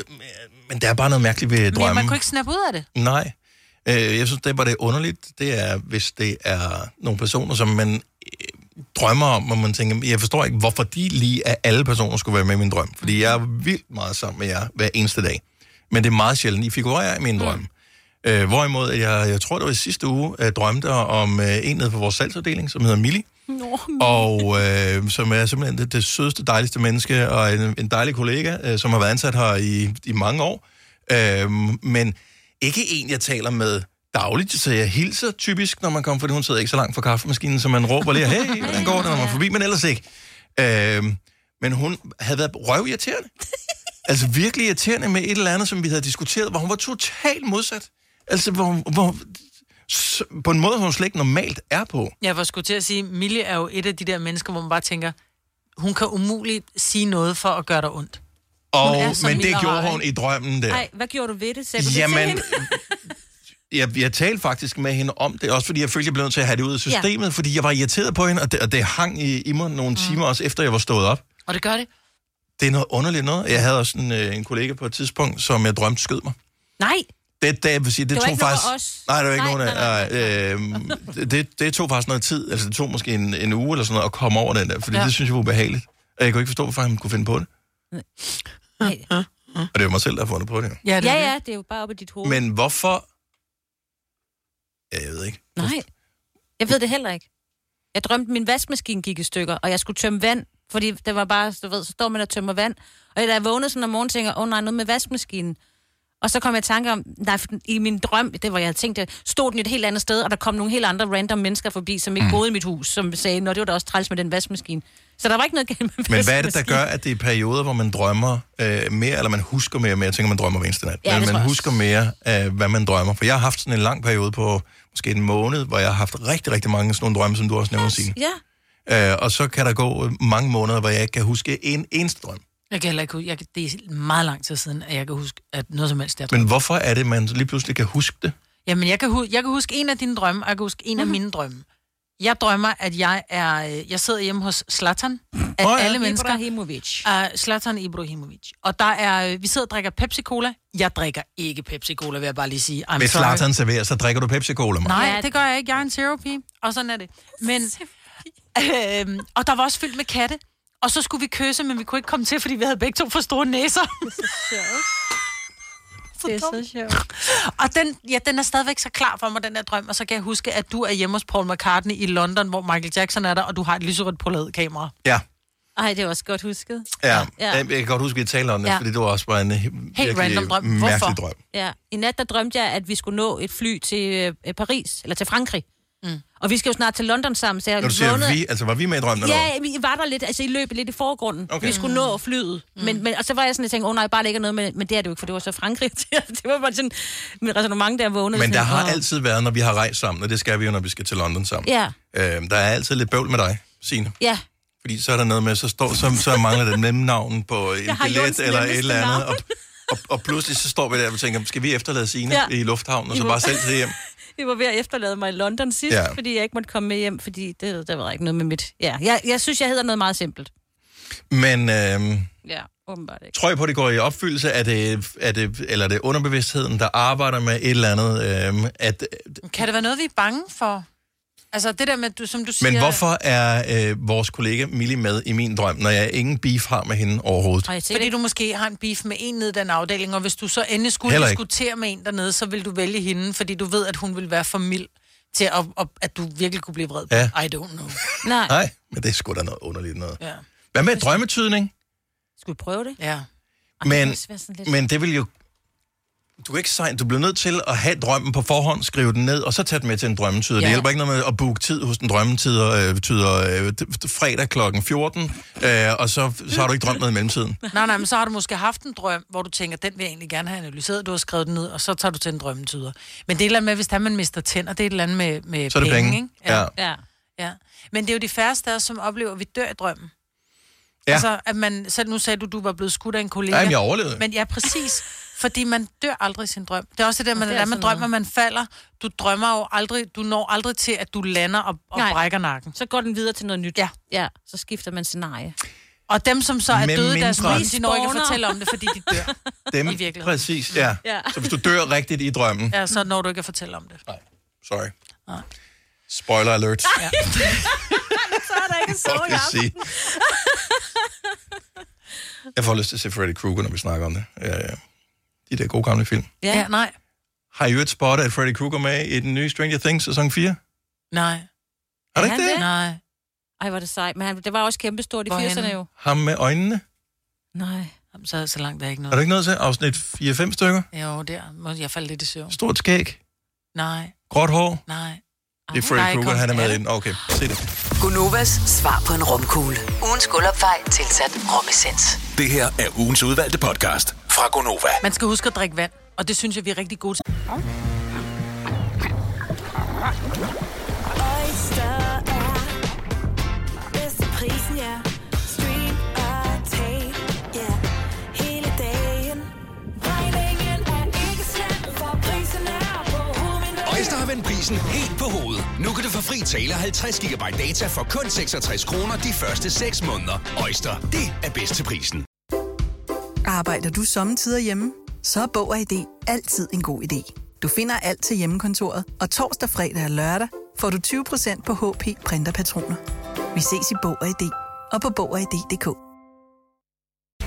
S1: men der er bare noget mærkeligt ved
S4: Men
S1: drømme.
S4: man kunne ikke snappe ud af det.
S1: Nej. Øh, jeg synes, det er bare det er underligt, det er, hvis det er nogle personer, som man øh, drømmer om, og man tænker, jeg forstår ikke, hvorfor de lige af alle personer skulle være med i min drøm. Fordi jeg er vildt meget sammen med jer hver eneste dag. Men det er meget sjældent, I figurerer i min drøm. Øh, hvorimod, jeg, jeg tror, det var i sidste uge, jeg drømte om øh, en nede på vores salgsafdeling, som hedder Millie.
S2: Nå,
S1: Og øh, som er simpelthen det, det sødeste, dejligste menneske, og en, en dejlig kollega, øh, som har været ansat her i, i mange år. Øh, men ikke en, jeg taler med dagligt, så jeg hilser typisk, når man kommer, fordi hun sidder ikke så langt fra kaffemaskinen, så man råber lige, hey, hvordan går det, når man er forbi, men ellers ikke. Øh, men hun havde været røvirriterende. Altså virkelig irriterende med et eller andet, som vi havde diskuteret, hvor hun var totalt modsat. Altså, hvor, hvor, s- på en måde, hun slet ikke normalt er på.
S4: Jeg var skulle til at sige, Mille er jo et af de der mennesker, hvor man bare tænker, hun kan umuligt sige noget for at gøre dig ondt.
S1: Og,
S4: Hun er så
S1: men
S4: mild
S1: det
S4: og
S1: gjorde
S4: rar,
S1: hun i
S4: ikke?
S1: drømmen der.
S2: Nej, hvad gjorde du ved det? Sagde du det til
S1: Jamen,
S2: hende?
S1: jeg, jeg talte faktisk med hende om det, også fordi jeg følte, jeg blev nødt til at have det ud af
S4: Ja.
S1: systemet, ja. fordi jeg var irriteret på hende, og det, og det hang i, i mig nogle timer også, efter jeg var stået op.
S4: Mm. Og det gør det.
S1: Det er noget underligt noget. Jeg havde også en, øh, en kollega på et tidspunkt, som jeg drømte skød mig.
S2: Nej,
S1: Det, det, jeg vil sige, det,
S2: Det var
S1: tog
S2: ikke nogen af
S1: faktisk...
S2: os.
S1: Nej, det var ikke
S2: Nej,
S1: nogen af... Nej, nej. Øh, det, det tog faktisk noget tid. Altså, det tog måske en, en uge eller sådan noget at komme over den der, fordi
S2: Ja.
S1: ja. det synes jeg var ubehageligt. Og jeg kunne ikke forstå, hvorfor han kunne finde på det.
S2: Nej.
S1: Og det var mig selv, der har fundet på det. jo.
S2: Ja, ja, det er jo bare op i dit hoved.
S1: Men hvorfor... Ja, jeg ved ikke.
S2: Nej, jeg ved det heller ikke. Jeg drømte, min vaskemaskine gik i stykker, og jeg skulle tømme vand, fordi det var bare, du ved, så står man og tømmer vand. Og da jeg vågnede sådan om morgenen, tænker jeg, åh oh, nej, noget med vaskemaskinen. Og så kom jeg i tanke om, nej, for i min drøm, det var jeg havde tænkt, det, stod den et helt andet sted, og der kom nogle helt andre random mennesker forbi, som ikke
S1: Mm.
S2: boede i mit hus, som sagde, nå, det var da også træls med den vaskemaskine. Så der var ikke noget galt med
S1: Men hvad er det, der
S2: vaskemaskinen.
S1: gør, at det er perioder, hvor man drømmer øh, mere, eller man husker mere og mere? Jeg tænker, man drømmer hver eneste nat.
S2: Ja, det
S1: men
S2: tror
S1: man
S2: jeg
S1: husker mere, øh, hvad man drømmer. For jeg har haft sådan en lang periode på måske en måned, hvor jeg har haft rigtig, rigtig mange sådan nogle drømme, som du også nævner, Signe.
S2: Ja.
S1: Øh, og så kan der gå øh, mange måneder, hvor jeg ikke kan huske en eneste drøm.
S4: Jeg kan heller ikke huske, jeg, kan- det er meget lang tid siden, at jeg kan huske, at noget som helst er
S1: Men hvorfor er det, man lige pludselig kan huske det?
S4: Jamen, jeg kan, hu- jeg kan huske en af dine drømme, og jeg kan huske en af mine drømme. Jeg drømmer, at jeg er... øh, Jeg sidder hjemme hos Slatan af
S2: Åh,
S4: oh,
S2: ja.
S4: ja. alle mennesker.
S2: Ibrahimovic.
S4: Uh, Zlatan Ibrahimovic. Og der er... øh, Vi sidder og drikker Pepsi-Cola. Jeg drikker ikke Pepsi-Cola, vil jeg bare lige sige. I'm
S1: Hvis
S4: sorry.
S1: Zlatan serverer, så drikker du Pepsi-Cola, mig.
S4: Nej, det gør jeg ikke. Jeg er en zero pige, og sådan er det. Men, øhm, og der var også fyldt med katte. Og så skulle vi kysse, men vi kunne ikke komme til, fordi vi havde begge to for store næser. Så det er så sjovt. Og den, ja, den er stadigvæk så klar for mig, den der drøm. Og så kan jeg huske, at du er hjemme hos Paul McCartney i London, hvor Michael Jackson er der, og du har et lyserødt poladet kamera.
S1: Ja.
S2: Ej, det er også godt husket.
S1: Ja,
S2: Ja.
S1: ja. Jeg kan godt huske, at vi talte om det,
S2: Ja.
S1: ja. fordi det var også bare en øh, virkelig
S2: Helt random drøm.
S1: mærkelig drøm.
S2: Ja. I nat, der drømte jeg, at vi skulle nå et fly til øh, Paris, eller til Frankrig. Mm. Og vi skal jo snart til London sammen, så jeg
S1: Når du siger
S2: vågnede-
S1: vi, altså var vi med i drømmen? eller
S2: Ja, vi var der lidt, altså I løb lidt i forgrunden. Okay.
S1: Okay.
S2: Vi skulle nå flyet. Mm. Men, men, og så var jeg sådan, jeg tænkte, åh oh, nej, bare ligger noget, men, men det er det jo ikke, for det var så Frankrig. det var bare sådan mit resonemang, der vågnede.
S1: hvad? Men der
S2: sådan,
S1: har altså-
S2: åh.
S1: altid været, når vi har rejst sammen, og det skal vi jo, når vi skal til London sammen.
S2: Ja,
S1: Øhm, der er altid lidt bøvl med dig, Signe.
S2: ja.
S1: Fordi så er der noget med, så, står, så, så mangler det nemme navn på en
S2: Jeg har
S1: billet
S2: Jons
S1: eller et
S2: nemmeste
S1: eller andet. Og,
S2: navn.
S1: og, og pludselig så står vi der og tænker, skal vi efterlade Signe
S2: Ja.
S1: ja. i lufthavnen, og så
S2: I
S1: bare
S2: må-
S1: selv til hjem?
S2: Vi var ved at efterlade mig i London sidst, ja.
S1: Ja.
S2: fordi jeg ikke måtte komme med hjem, fordi det, der var ikke noget med mit... Ja, jeg, jeg synes, jeg hedder noget meget simpelt.
S1: Men øhm,
S2: Ja, åbenbart ikke.
S1: tror jeg på, at det går i opfyldelse? Er det, er det, eller er det underbevidstheden, der arbejder med et eller andet? Øhm, at,
S4: Kan det være noget, vi er bange for? Altså det der med, du, som du siger...
S1: men hvorfor er øh, vores kollega Millie med i min drøm, når jeg ingen beef har med hende overhovedet?
S4: Ej, Fordi du måske har en beef med en nede i den afdeling, og hvis du så endelig skulle
S1: Heller ikke.
S4: diskutere med en dernede, så vil du vælge hende, fordi du ved, at hun vil være for mild til, at, at, at du virkelig kunne blive vred. på.
S1: Ja.
S4: I don't know.
S2: Nej.
S1: Nej, men det er sgu da noget underligt noget.
S4: Ja.
S1: Hvad med drømmetydning?
S2: Skal vi prøve det?
S4: Ja.
S1: Men, men det vil jo... Du er ikke sejt. Du bliver nødt til at have drømmen på forhånd, skrive den ned, og så tage den med til en drømmetyder.
S6: Ja.
S1: Det hjælper ikke noget med at booke tid hos en drømmetyder øh, tyder, øh, d- fredag kl. 14, øh, og så, så har du ikke drømt noget i mellemtiden.
S4: Nej, nej, men så har du måske haft en drøm, hvor du tænker, den vil jeg egentlig gerne have analyseret, du har skrevet den ned, og så tager du til en drømmetyder. Men det er et eller andet med, hvis der man mister tænder, det er et eller andet med, med
S1: Så er det penge.
S4: ikke?
S1: Ja.
S4: ja. ja. Men det er jo de færreste af os, som oplever, at vi dør i drømmen.
S1: Ja.
S4: Altså, at man, så nu sagde du, du var blevet skudt af en kollega.
S1: Ja, men jeg overlevede.
S4: Men ja, præcis. Fordi man dør aldrig i sin drøm. Det er også det der,
S2: Og
S4: man,
S2: det
S4: det
S2: er
S4: der,
S2: sådan
S4: man
S2: noget.
S4: drømmer, man falder. Du drømmer jo aldrig, du når aldrig til, at du lander og, og
S2: Nej.
S4: brækker nakken.
S2: Så går den videre til noget nyt.
S4: Ja.
S2: Ja, så skifter man scenarie.
S4: Og dem, som så er
S1: Med
S4: døde i deres
S1: mindre-
S4: ris, de når ikke at
S2: Spawner.
S4: fortælle om det, fordi de dør.
S1: Dem,
S4: I virkeligheden.
S1: præcis, ja.
S4: Ja.
S1: ja. Så hvis du dør rigtigt i drømmen,
S4: Ja, så når du ikke at fortælle om det.
S1: Mm. sorry.
S4: Nej.
S1: Spoiler alert.
S4: Ja.
S2: så er der ikke
S1: Godt at sige. Jeg får lyst til at se Freddy Krueger, når vi snakker om det. Ja, ja. De der gode gamle film.
S4: Ja. ja, nej.
S1: Har I øvrigt spottet, at Freddy Krueger er med i den nye Stranger Things sæson 4?
S4: Nej.
S1: Er det
S2: han
S1: ikke det?
S4: Nej.
S2: Ej, hvor er det sejt. Men han, det var også kæmpestort i
S4: Hvorhenne?
S2: 80'erne jo.
S1: Ham med øjnene?
S2: Nej.
S4: Jamen, Så, så langt er jeg ikke noget.
S1: Er du ikke noget til afsnit 4-5 stykker?
S4: Jo, der. må- Jeg faldt lidt i søvn.
S1: Stort skæg,
S4: Nej,
S1: gråt hår.
S4: nej.
S1: Det er
S5: Nej,
S1: Freddy Krueger,
S5: kom,
S1: han er
S5: er
S1: med i
S5: det?
S1: den. Okay, se det.
S5: Gunovas svar på en romkugle. Ugens guldopfej tilsat romessens.
S6: Det her er ugens udvalgte podcast fra Gonova.
S4: Man skal huske at drikke vand, og det synes jeg, vi er rigtig gode til.
S19: Oyster er bedst til prisen, ja. Stream og tag, ja. Hele dagen. Regningen er ikke slem, for prisen er på hovedet.
S6: Øjster har vendt prisen helt på hovedet. Nu kan du få fri tale 50 GB data for kun 66 kroner de første 6 måneder. Øjster, det er bedst til prisen.
S20: Arbejder du sommetider hjemme? Så er Bog og ID altid en god idé. Du finder alt til hjemmekontoret, og torsdag, fredag og lørdag får du 20% på HP printerpatroner. Vi ses i Bog og ID og på Bog og ID.dk.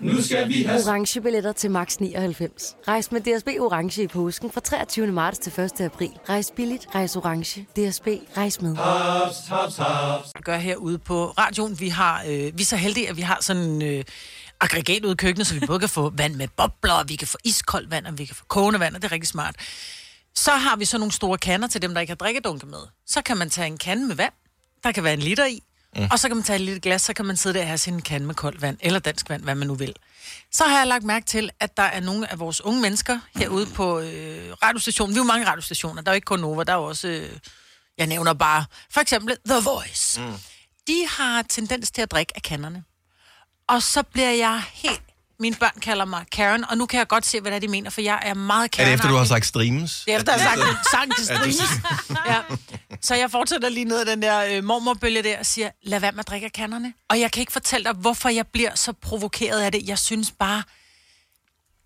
S14: Nu skal vi have
S15: orange billetter til max 99. Rejs med DSB orange i påsken fra 23. marts til 1. april. Rejs billigt, rejs orange. DSB rejs med.
S14: haps, haps, haps.
S4: Gør herude på radioen. Vi, har, øh, vi er så heldige, at vi har sådan en øh, aggregat ude i køkkenet, så vi både kan få vand med bobler, og vi kan få iskoldt vand, og vi kan få kogende vand, og det er rigtig smart. Så har vi så nogle store kander til dem, der ikke har drikkedunke med. Så kan man tage en kande med vand, der kan være en liter i, mm. og så kan man tage et lille glas, så kan man sidde der og have sin kande med koldt vand, eller dansk vand, hvad man nu vil. Så har jeg lagt mærke til, at der er nogle af vores unge mennesker herude på øh, radiostationen. Vi er jo mange radiostationer, der er jo ikke kun Nova, der er jo også, øh, jeg nævner bare, for eksempel The Voice. Mm. De har tendens til at drikke af kanderne. Og så bliver jeg helt... Mine børn kalder mig Karen, og nu kan jeg godt se, hvad det er, de mener, for jeg er meget
S1: Er
S4: Karen.
S1: det efter, du har sagt streams?
S4: Det er efter, jeg har sagt sang til
S1: At du-
S4: streams. Ja. Så jeg fortsætter lige ned ad den der øh, mormorbølge der og siger, lad være med at drikke af kanderne. Og jeg kan ikke fortælle dig, hvorfor jeg bliver så provokeret af det. Jeg synes bare,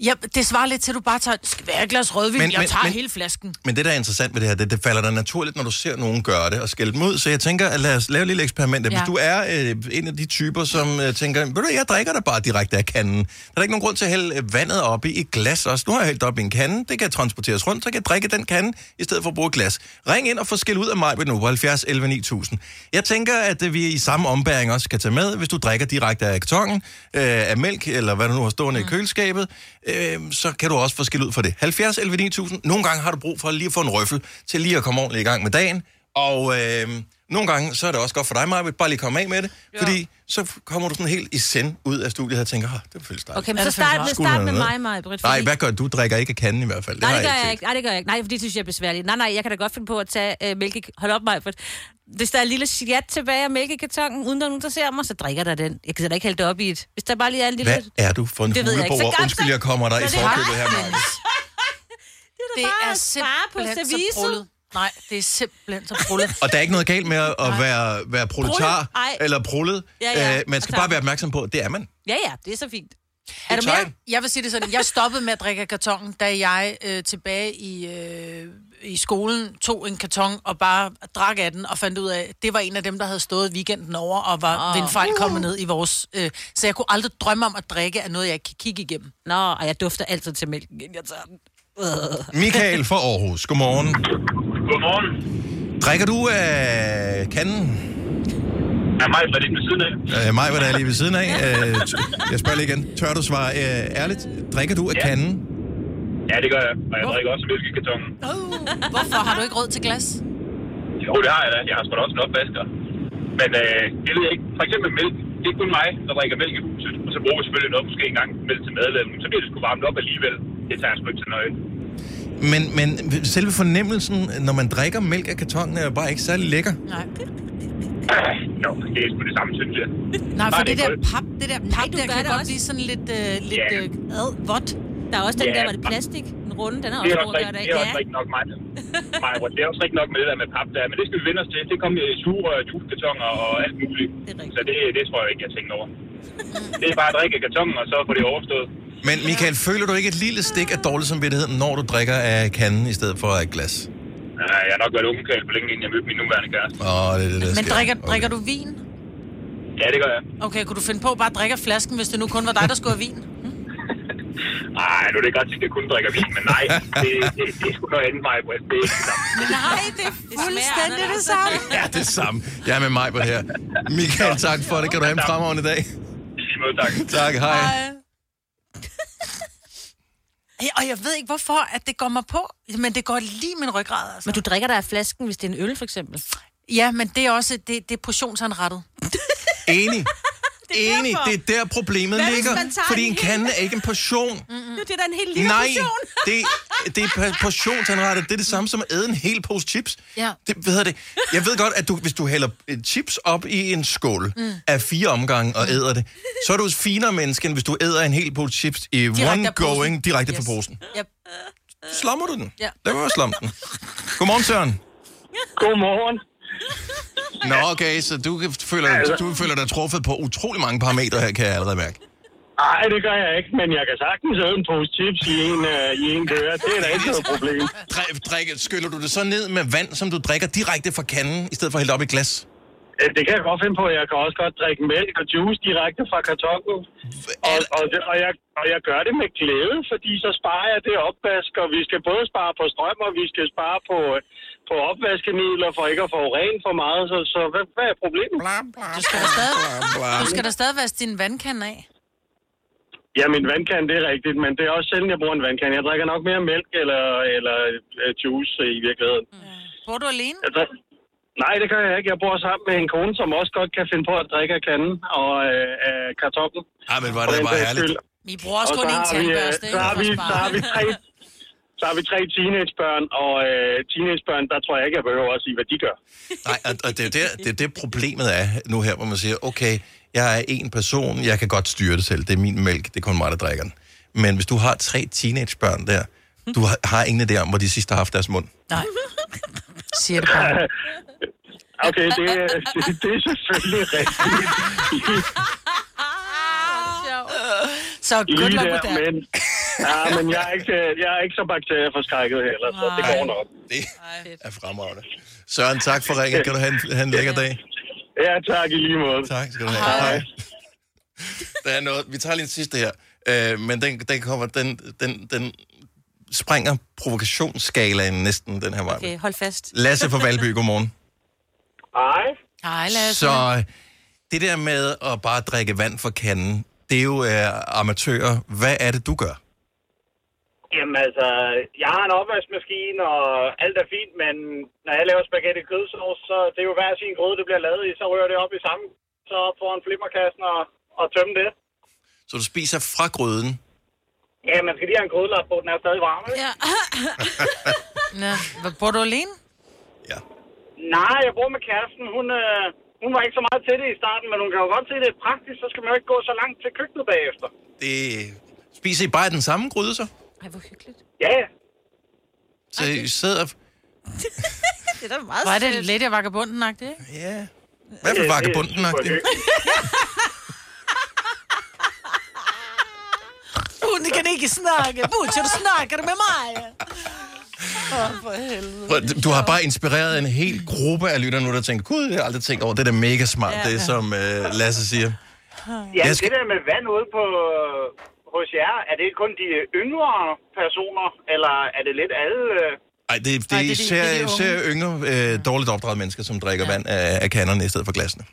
S4: Ja, det svarer lidt til, at du bare tager, skal være et glas rødvin,
S1: Men-
S4: men, jeg
S1: men-
S4: tager
S1: men-
S4: hele flasken.
S1: Men det, der er interessant ved det her, det, det falder dig naturligt, når du ser nogen gøre det og skælde dem ud. Så jeg tænker, at lad os lave et lille eksperiment. Ja. Hvis
S4: Ja.
S1: du er øh, en af de typer, som øh, tænker, ved du, jeg drikker det bare direkte af kanden. Der er der ikke nogen grund til at hælde øh, vandet op i et glas også. Nu har jeg hældt det op i en kande. Det kan transporteres rundt, så kan jeg drikke den kande, i stedet for at bruge et glas. Ring ind og få skæld ud af mig nu på 70 11 9000. Jeg tænker, at øh, vi i samme ombæring også skal tage med, hvis du drikker direkte af kartongen, øh, af mælk, eller hvad du nu har stående mm. i køleskabet, øh, så kan du også få skæld ud for det. 70 11 9000. Nogle gange har du brug for lige at få en røffel til lige at komme ordentligt i gang med dagen. Og øh, nogle gange, så er det også godt for dig, Maja, bare lige komme af med det. Ja. Fordi så kommer du sådan helt i send ud af studiet og tænker, oh, det føles dejligt.
S2: Okay, men så start, med,
S1: Skulle der
S2: start med
S1: noget?
S2: mig, mig, Britt.
S1: Nej, hvad gør du? Du drikker ikke af kanden i hvert fald.
S2: Nej, det
S1: har
S2: gør jeg
S1: set.
S2: ikke. Nej, det gør jeg ikke. Nej, for det synes jeg er besværligt. Nej, nej, jeg kan da godt finde på at tage øh, mælke... Hold op, mig, for hvis der er en lille sjat tilbage af mælkekartongen, uden der er nogen, der ser mig, så drikker der den. Jeg kan da ikke hælde det op i et. Hvis der bare lige er en lille...
S1: Hvad er du for en
S2: Det ved jeg ikke. Så
S1: huleboer?
S2: godt,
S1: Undskyld, jeg kommer dig i
S2: Nå, det er
S1: forkøbet her,
S2: mig.
S1: Maja.
S4: Det
S2: bare at
S4: simpelthen
S2: spare på
S4: så
S2: servicet.
S4: brullet. Nej, det er simpelthen så brullet.
S1: Og der er ikke noget galt med at at være, være proletar
S4: Prullet. Ej.
S1: eller prullet.
S4: Ja, ja.
S1: Øh, man skal
S4: Og
S1: bare
S4: tak.
S1: være opmærksom på, at det er man.
S4: Ja, ja, det er så fint.
S1: Et
S4: Er der
S1: tegn.
S4: mere? Jeg vil sige det sådan, jeg stoppede med at drikke af kartongen, da jeg øh, tilbage i, øh, i skolen tog en karton og bare drak af den og fandt ud af, at det var en af dem, der havde stået weekenden over og var
S2: Åh.
S4: oh. ved en fejl kommet ned i vores... Øh, så jeg kunne aldrig drømme om at drikke af noget, jeg ikke kan kigge igennem.
S2: Nå, og jeg dufter altid til mælken, inden jeg tager den.
S1: Michael fra Aarhus, godmorgen.
S8: Godmorgen.
S1: Drikker du af kanden?
S8: Ja, mig var lige ved siden af.
S1: Øh, mig var der lige ved siden af. Øh, t- jeg spørger lige igen. Tør du svare øh, ærligt? Drikker du af ja. kanden?
S8: Ja, det gør jeg. Og jeg drikker også mælkekartongen.
S2: Uh.
S4: Oh, hvorfor har du ikke råd til glas?
S8: Jo, det har jeg da. Jeg har sgu da også en opvasker. Men øh, det ved jeg ikke. For eksempel mælk. Det er kun mig, der drikker mælk i huset. Og så bruger vi selvfølgelig noget, måske engang mælk til madlavning. Så bliver det sgu varmt op alligevel. Det tager jeg sgu ikke så nøje.
S1: Men, men selve fornemmelsen, når man drikker mælk af kartongen, er jo bare ikke særlig lækker.
S4: Nej.
S8: Jo, det er sgu det samme, synes jeg.
S4: Nej, for
S8: Bare
S4: det
S8: er
S4: der
S8: koldt.
S4: pap, det der pap,
S2: du
S4: der
S2: gør
S4: kan
S2: det
S4: godt
S2: også.
S4: blive sådan lidt, øh, lidt
S8: Ja.
S4: øh, ad, vådt.
S2: Der er også den
S8: Ja,
S2: der, var det plastik? Den runde, den er
S8: Det
S2: også
S8: er
S2: god
S8: også
S2: at gøre
S8: rigtig,
S2: det af.
S8: det er også rigtig nok mig. Maja, Britt. det er også rigtig nok med det der med pap der, men det skal vi vende os til. Det kommer i sugerør, juicekartoner og alt muligt. så det, det tror jeg ikke, jeg tænker over. Det er bare at drikke af kartongen, og så få det overstået.
S1: Men Michael, føler du ikke et lille stik af dårlig samvittighed, når du drikker af kanden i stedet for af et glas?
S8: Ja, jeg har nok været ungekald for længe, inden jeg mødte min nuværende kæreste.
S1: Åh, det er det, der
S4: Men
S1: sker.
S4: drikker, drikker du vin?
S8: Ja, det gør jeg.
S4: Okay, kunne du finde på at bare drikke af flasken, hvis det nu kun var dig, der skulle have vin?
S8: Nej, nu er det godt, at jeg kun drikker vin, men nej, det, det, det er sgu noget andet, Maja. Britt. Det er ikke det samme.
S4: Nej, det er fuldstændig det samme.
S1: Ja, det samme. Jeg er med mig på det her. Michael, tak for det. Kan du have en fremragende dag?
S8: I lige måde, tak.
S1: Tak, hej.
S4: Ja, Og jeg ved ikke, hvorfor at det går mig på, men det går lige min ryggrad, altså.
S2: Men du drikker der af flasken, hvis det er en øl, for eksempel.
S4: Ja, men det er også det, det er portionsanrettet.
S1: Enig. det Enig, det er der problemet
S4: Hvad hvis
S1: ligger.
S4: man tager
S1: Fordi
S4: den
S1: en
S4: hele?
S1: kande er ikke en portion.
S2: Mm-hmm. Det er da en helt lille
S1: Nej,
S2: portion.
S1: det, det er pa- portionsanrettet. Det er det samme som at æde en hel pose chips.
S4: Ja.
S1: Det, hvad hedder det? Jeg ved godt, at du, hvis du hælder øh, chips op i en skål
S4: Mm.
S1: mm. af fire omgange og æder det, så er du et finere menneske, end hvis du æder en hel pose chips i
S4: Direkte
S1: one
S4: af posen.
S1: going direkte yes. fra posen.
S4: Yep.
S1: Slummer du den?
S4: Ja.
S1: Der var jo slamme den. Godmorgen, Søren.
S8: Godmorgen.
S1: Nå, okay, så du kan-
S8: altså-
S1: føler, du føler dig truffet på utrolig mange parametre her, kan jeg allerede mærke.
S8: Nej, det gør jeg ikke, men jeg kan sagtens æde en pose chips i en, øh, i en køre. Det er da ikke noget problem.
S1: Drik, drik, skyller du det så ned med vand, som du drikker direkte fra kanden, i stedet for at hælde op i et glas?
S8: Øh, Det kan jeg godt finde på. Jeg kan også godt drikke mælk og juice direkte fra kartongen. Og, og, det- og, jeg, og jeg gør det med glæde, fordi så sparer jeg det opvask, og vi skal både spare på strøm, og vi skal spare på, øh, på opvaskemidler for ikke at forurene for meget. Så, så hvad, hvad er problemet?
S4: Du skal da stadig, du skal da stadig vaske din vandkande af.
S8: Ja, min vandkan, det er rigtigt, men det er også sjældent, jeg bruger en vandkan. Jeg drikker nok mere mælk eller, eller øh, juice i virkeligheden.
S4: Bor du alene?
S8: Jeg drik... Nej, det gør jeg ikke. Jeg bor sammen med en kone, som også godt kan finde på at drikke af kanden og øh, af kartoflen.
S1: Ej, men var
S8: For
S1: det
S8: den
S1: bare
S8: sags
S1: herligt.
S8: skyld.
S4: Vi bruger også
S8: Og
S4: kun
S8: så
S4: én
S8: har vi, øh,
S4: tandbørste, ikke?
S8: Så har vi,
S4: For at spare.
S8: så har vi tre så har vi tre teenagebørn, og øh, teenagebørn, der tror jeg ikke, jeg behøver at sige, hvad de gør.
S1: Nej, og, og det, er der, det er det, problemet er nu her, hvor man siger, okay, jeg er en person, jeg kan godt styre det selv. Det er min mælk, det er kun mig, der drikker den. Men hvis du har tre teenagebørn der, du har- har ingen idé om, hvor de sidste har haft deres mund.
S4: Nej. Siger det bare.
S8: Okay, det, er- det, det er selvfølgelig rigtigt.
S4: Så
S8: Lige
S4: good luck
S8: der,
S4: with that.
S8: men, Ja, men jeg er ikke, øh, jeg er ikke så bakterieforskrækket heller, så det går nok.
S1: Det er fremragende. Søren, tak for ringen. Kan du have en, have en lækker dag?
S8: Ja, tak i lige måde.
S1: Tak skal du have. Hej. Der er noget, vi tager lige en sidste her, øh, men den, den kommer, den, den, den springer provokationsskalaen næsten den her vej.
S2: Okay, hold fast.
S1: Lasse fra Valby, godmorgen.
S8: Hej.
S2: Hej, Lasse.
S1: Så det der med at bare drikke vand fra kanden, det er jo øh, amatører. Hvad er det, du gør?
S7: Jamen altså, jeg har en opvaskemaskine, og alt er fint, men når jeg laver spaghetti kødsovs, så det er jo hver sin gryde, det bliver lavet i, så rører det op i samme, så op foran flimmerkassen og, og tømme det.
S1: Så du spiser fra gryden.
S7: Ja, man skal lige have en grydelap på, den er stadig varm, ikke? Ja.
S4: Ja. Hvad, bor du alene?
S7: Nej, jeg bor med kæresten. Hun, øh, hun var ikke så meget til det i starten, men hun kan jo godt se, at det er praktisk, så skal man jo ikke gå så langt til køkkenet bagefter.
S1: Det spiser I bare i den samme gryde, så?
S2: Ej, hvor hyggeligt.
S7: Ja,
S1: Så I sidder...
S2: det er da meget
S4: Var det lidt, jeg vakker bunden, ikke?
S1: Ja. Hvad for vagabunden nok det?
S4: Hun kan ikke snakke. Butcher, du snakker med mig. Åh, for helvede.
S1: Prøv, Du har bare inspireret en hel gruppe af lyttere nu, der tænker, gud, jeg har aldrig tænkt over, det er da mega smart,
S7: Ja.
S1: ja. det som øh, Lasse siger.
S7: Ja,
S1: Jeg
S7: jeg
S1: skal-
S7: skal... det der med vand ude på, hos jer, er det kun de yngre personer, eller er det lidt alle... øh?
S1: Ej, det, det, det er
S7: de-
S1: især,
S7: det er de unge.
S1: især yngre, øh, dårligt opdraget mennesker, som drikker ja. vand af, af kanderne i stedet for glasene.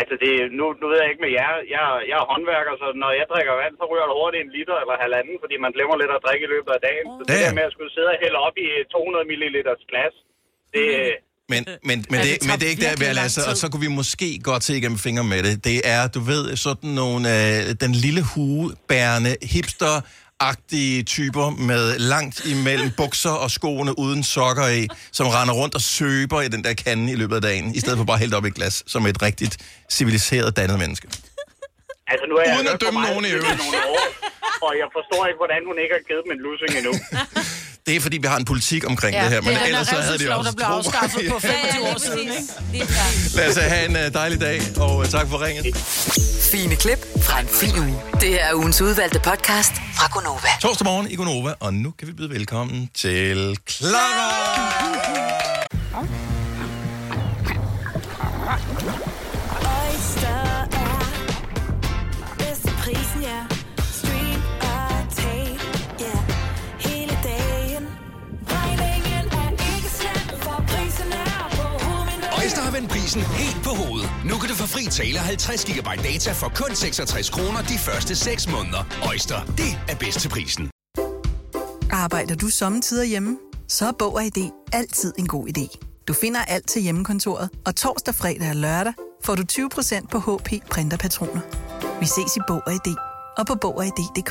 S7: Altså, det, nu, nu ved jeg ikke med jer. Jeg, jeg er håndværker, så når jeg drikker vand, så ryger der hurtigt en liter eller halvanden, fordi man glemmer lidt at drikke i løbet af dagen. Så det
S1: Ja.
S7: der med at skulle sidde og hælde op i 200 ml glas, det...
S1: Men, men,
S7: Ja,
S1: men,
S7: det
S1: det,
S7: tager
S1: men det er ikke der, vi er,
S7: virkelig lang
S1: Lasse, og
S7: tid.
S1: så kunne vi måske godt se igennem fingre med det. Det er, du ved, sådan nogle, øh, den lille huebærende, hipster-agtige typer med langt imellem bukser og skoene uden sokker i, som render rundt og søber i den der kande i løbet af dagen, i stedet for bare helt op i et glas, som et rigtigt civiliseret dannet menneske.
S7: Altså, nu er jeg
S1: Uden at
S7: hørt fra
S1: dømme
S7: mig
S1: nogen i øvrigt.
S7: nogle år, og jeg forstår ikke, hvordan hun ikke har givet dem en lussing endnu.
S1: Det er, fordi vi har en politik omkring det her, men ellers så havde det jo også
S4: blev
S1: tro-
S4: afskaffet på 25 år siden, ikke?
S1: Lasse, have en øh, dejlig dag, og øh, tak for ringen.
S5: Fine klip fra en fin uge.
S1: Det her er ugens udvalgte podcast fra Gonova. Torsdag morgen i Gonova, og nu kan vi byde velkommen til Clara.
S19: Oyster er bedst til prisen, ja. Stream og tag, ja. Hele dagen. Regningen er ikke slem, for prisen er på
S6: Øjster har vendt prisen helt på hovedet. Nu kan du få fri tale 50 GB data for kun 66 kroner de første 6 måneder. Øjster, det er bedst til prisen.
S20: Arbejder du sommetider hjemme? Så er Bog og ID altid en god idé. Du finder alt til hjemmekontoret, og torsdag, fredag og lørdag får du 20% på HP printerpatroner. Vi ses i Bog og ID og på Bog og ID.dk.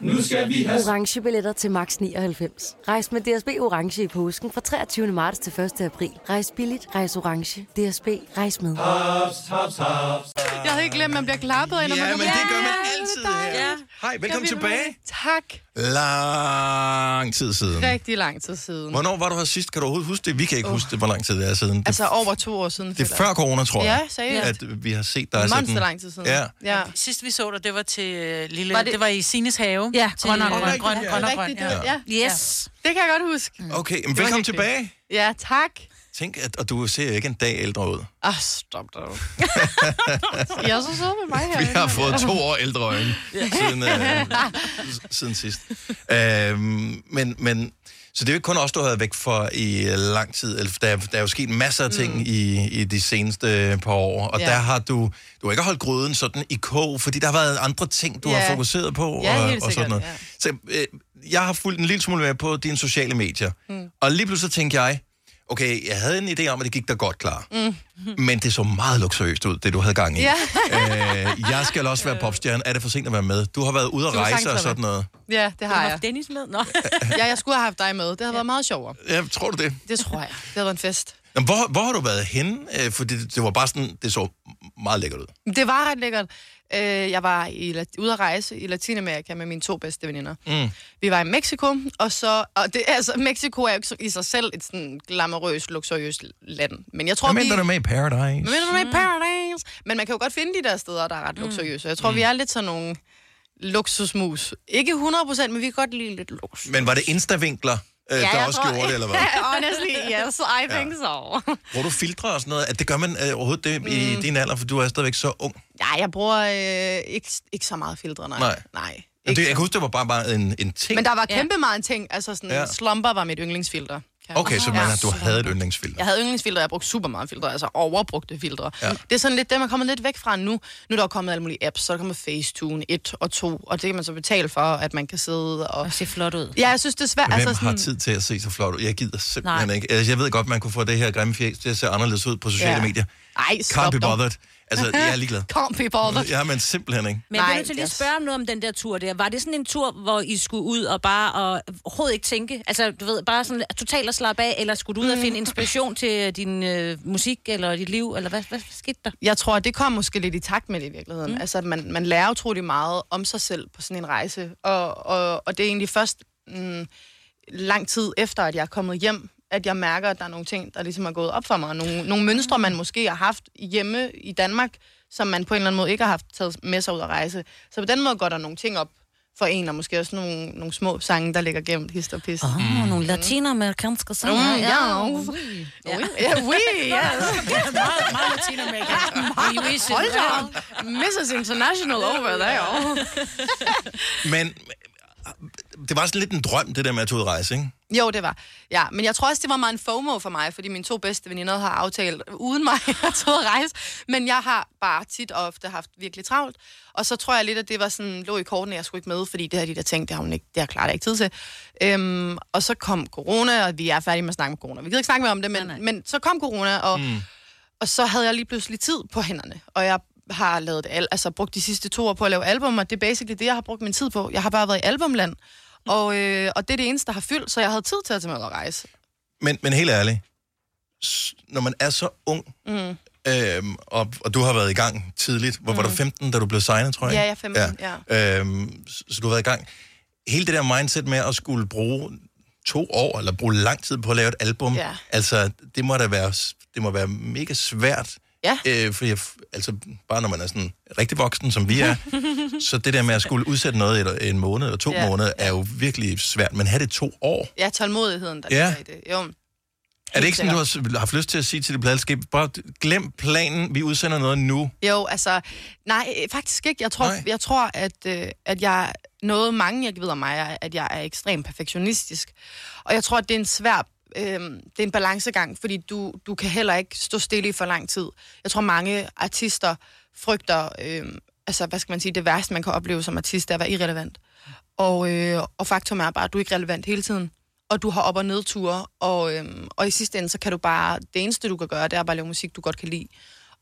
S14: Nu skal vi have
S15: orange billetter til max 99. Rejs med DSB orange i påsken fra 23. marts til 1. april. Rejs billigt, rejs orange. DSB rejs med.
S14: haps, haps, haps.
S16: Jeg havde ikke glemt, at man bliver klappet. af, når
S1: Ja,
S16: man
S1: men det gør man
S16: altid her. Ja.
S1: Hej, velkommen
S16: Jeg vil-
S1: tilbage.
S16: Tak.
S1: Lang tid siden.
S16: Rigtig lang tid siden.
S1: Hvornår var du her sidst? Kan du overhovedet huske det? Vi kan ikke huske det, hvor lang tid det er siden. Det,
S16: Altså over to år siden.
S1: det er før corona, tror jeg,
S16: Ja, seriøst.
S1: at øh, vi har set dig
S16: Monster lang tid siden.
S1: Ja.
S16: Ja.
S4: Sidst vi så dig, det var til øh, lille...
S16: Var
S4: Var
S16: det-
S4: det... det var i Sines have.
S16: Ja,
S4: til,
S16: grøn og
S4: øh,
S16: grøn.
S4: grøn,
S16: Ja,
S4: grøn og grøn.
S16: rigtigt, det var-
S4: Ja.
S16: ja. Yes. Det kan jeg godt huske.
S1: Okay, men
S16: Det var
S1: velkommen
S16: hyggeligt.
S1: tilbage.
S16: Ja, tak.
S1: Tænk, at, og du ser jo ikke en dag ældre ud.
S16: Ah, stop dig. I er så søde med mig her.
S1: Vi har fået to år ældre øjne siden, øh, s- siden sidst. Øhm, men, men, så det er jo ikke kun os, du har været væk for i øh, lang tid. Eller, Der, er- der er jo sket masser af ting mm. i, i de seneste par år, og
S16: Ja.
S1: ja. der har du, du har ikke holdt gryden sådan i kog, fordi der har været andre ting, du
S16: Ja.
S1: har fokuseret på.
S16: Ja,
S1: og,
S16: helt
S1: og sådan
S16: sikkert,
S1: noget. Så, øh, jeg har fulgt en lille smule med på dine sociale medier, mm. og lige pludselig tænkte jeg, okay, jeg havde en idé om, at det gik da godt klar. Men det så meget luksuriøst ud, det du havde gang i.
S16: Mm. Ja.
S1: øh, jeg skal også være popstjerne. Er det for sent at være med? Du har været ude at
S16: Du har
S1: rejse
S16: sagtens
S1: og
S16: været
S1: sådan
S16: med.
S1: noget.
S16: Ja, det
S2: Du
S16: har
S2: har
S16: jeg.
S2: haft Dennis med? Nå.
S16: ja, jeg skulle have haft dig med. Det havde været meget sjovere.
S1: Ja, tror du det?
S16: Det tror jeg. Det havde været en fest.
S1: Jamen, hvor, hvor har du været henne? Øh, For det, det var bare sådan, det så meget lækkert ud.
S16: Det var ret lækkert. Øh, Jeg var i, la- ude at rejse i Latinamerika med mine to bedste veninder.
S1: Mm.
S16: Vi var i Mexico, og så... Og det, altså, Mexico er jo ikke så- i sig selv et sådan glamorøst, luksuriøst land. Men jeg tror,
S1: Hvad
S16: vi...
S1: mindre du er med i Paradise?
S16: Men du med i Paradise? Men man kan jo godt finde de der steder, der er ret luksuriøse. Jeg tror, vi er lidt sådan nogle luksusmus. Ikke 100%, men vi kan godt lide lidt luksus.
S1: Men var det instavinkler, øh, ja, der også tror... gjorde det, eller hvad?
S16: Honestly, yes, I think so.
S1: Bruger du filtre og sådan noget? At det gør man øh, overhovedet det i
S16: Mm.
S1: din alder, for du er stadigvæk så ung.
S16: Ja, jeg bruger øh, ikke, ikke så meget filtre, nej.
S1: Nej.
S16: nej.
S1: Jeg, jeg kan huske, det var bare, bare en, en ting.
S16: Men der var kæmpe ja. meget en ting. Altså sådan,
S1: Ja.
S16: ja. slumper var mit yndlingsfilter. kan jeg
S1: Okay,
S16: huske.
S1: så man, du havde et yndlingsfilm.
S16: Jeg havde yndlingsfiltre, jeg brugte super meget filtre, altså overbrugte filtre.
S1: Ja.
S16: Ja. Det er sådan lidt det, man kommer lidt væk fra nu. Nu er der jo kommet alle mulige apps, så er der kommet Facetune 1 og 2, og det kan man så betale for, at man kan sidde og... Og
S2: se flot ud.
S16: Ja, jeg synes desværre...
S1: Hvem
S16: altså
S1: altså
S16: sådan,
S1: har tid til at se så flot ud? Jeg gider simpelthen
S16: Nej.
S1: Nej. ikke. Altså, jeg ved godt, man kunne få det her grimme fjes til at se anderledes ud på sociale
S16: Ja.
S1: medier.
S16: Ej,
S1: Can't
S2: stop
S1: be
S2: dog.
S1: bothered. Altså, jeg er ligeglad.
S16: Can't be bothered.
S1: Ja, men simpelthen ikke.
S2: Men jeg bliver nødt til lige at spørge om noget om den der tur der. Var det sådan en tur, hvor I skulle ud og bare og overhovedet ikke tænke? Altså, du ved, bare sådan totalt at slappe af, eller skulle du ud og finde inspiration til din øh, musik eller dit liv, eller hvad, hvad skete der?
S16: Jeg tror, at det kom måske lidt i takt med det i virkeligheden. Mm. Altså, at man, man lærer utrolig meget om sig selv på sådan en rejse. Og, og, og det er egentlig først mm, lang tid efter, at jeg er kommet hjem, at jeg mærker, at der er nogle ting, der ligesom er gået op for mig. Nogle, nogle mønstre, man måske har haft hjemme i Danmark, som man på en eller anden måde ikke har haft taget med sig ud at rejse. Så på den måde går der nogle ting op for en, og måske også nogle, nogle små sange, der ligger gemt hist og pist.
S2: Åh, oh, nogle latinamerikanske sange.
S16: Mm, Ah. ja.
S2: oui. Ja,
S16: Ja, oui, yes.
S2: Det er meget- meget
S4: latinamerikansk.
S16: Ja,
S4: Oui, oui, c'est
S16: Hold da
S4: vrai.
S16: op. Mrs. International over there.
S1: Men det var sådan lidt en drøm, det der med at tage ud og rejse, ikke?
S16: Jo, det var. Ja, men jeg tror også, det var meget en FOMO for mig, fordi mine to bedste veninder har aftalt uden mig at tage ud at rejse. Men jeg har bare tit og ofte haft virkelig travlt. Og så tror jeg lidt, at det var sådan, lå i kortene, at jeg skulle ikke med, fordi det har de der ting, det har hun ikke, det har klart ikke tid til. Øhm, og så kom corona, og vi er færdige med at snakke om corona. Vi gider ikke snakke mere om det, men, men så kom corona, og, mm. og så havde jeg lige pludselig tid på hænderne. Og jeg har lavet al, altså brugt de sidste to år på at lave album, og det er basically det, jeg har brugt min tid på. Jeg har bare været i albumland. Og, øh, og det er det eneste, der har fyldt, så jeg havde tid til at tage med ud og rejse.
S1: Men, men helt ærligt, s- når man er så ung,
S16: Mm.
S1: øhm, og, og du har været i gang tidligt, hvor var du 15, da du blev signet, tror jeg?
S16: Ja, jeg er 15,
S1: ja. Øhm, så, så du har været i gang. Hele det der mindset med at skulle bruge to år, eller bruge lang tid på at lave et album,
S16: Ja.
S1: altså, det må da være, s- det må være mega svært.
S16: Ja.
S1: Øh, for jeg, f- altså, bare når man er sådan rigtig voksen, som vi er, så det der med at skulle udsætte noget i en måned eller to
S16: Ja.
S1: måneder, er jo virkelig svært. Men have det to år,
S16: Ja, tålmodigheden, der
S1: Ja.
S16: ligger i det. Jo.
S1: er det ikke sådan, du har s- haft lyst til at sige til det pladskab, bare glem planen, vi udsender noget nu?
S16: Jo, altså, nej, øh, faktisk ikke. Jeg tror,
S1: Nej.
S16: jeg tror at, øh, at jeg, noget mange jeg ved om mig, er, at jeg er ekstremt perfektionistisk. Og jeg tror, at det er en svær, øh, det er en balancegang, fordi du, du kan heller ikke stå stille i for lang tid. Jeg tror, mange artister frygter, øh, altså, hvad skal man sige, det værste, man kan opleve som artist, er at være irrelevant. Og, øh, og faktum er bare, at du er ikke relevant hele tiden. Og du har op- og nedture, og, øhm, og i sidste ende, så kan du bare, det eneste du kan gøre, det er bare at lave musik, du godt kan lide.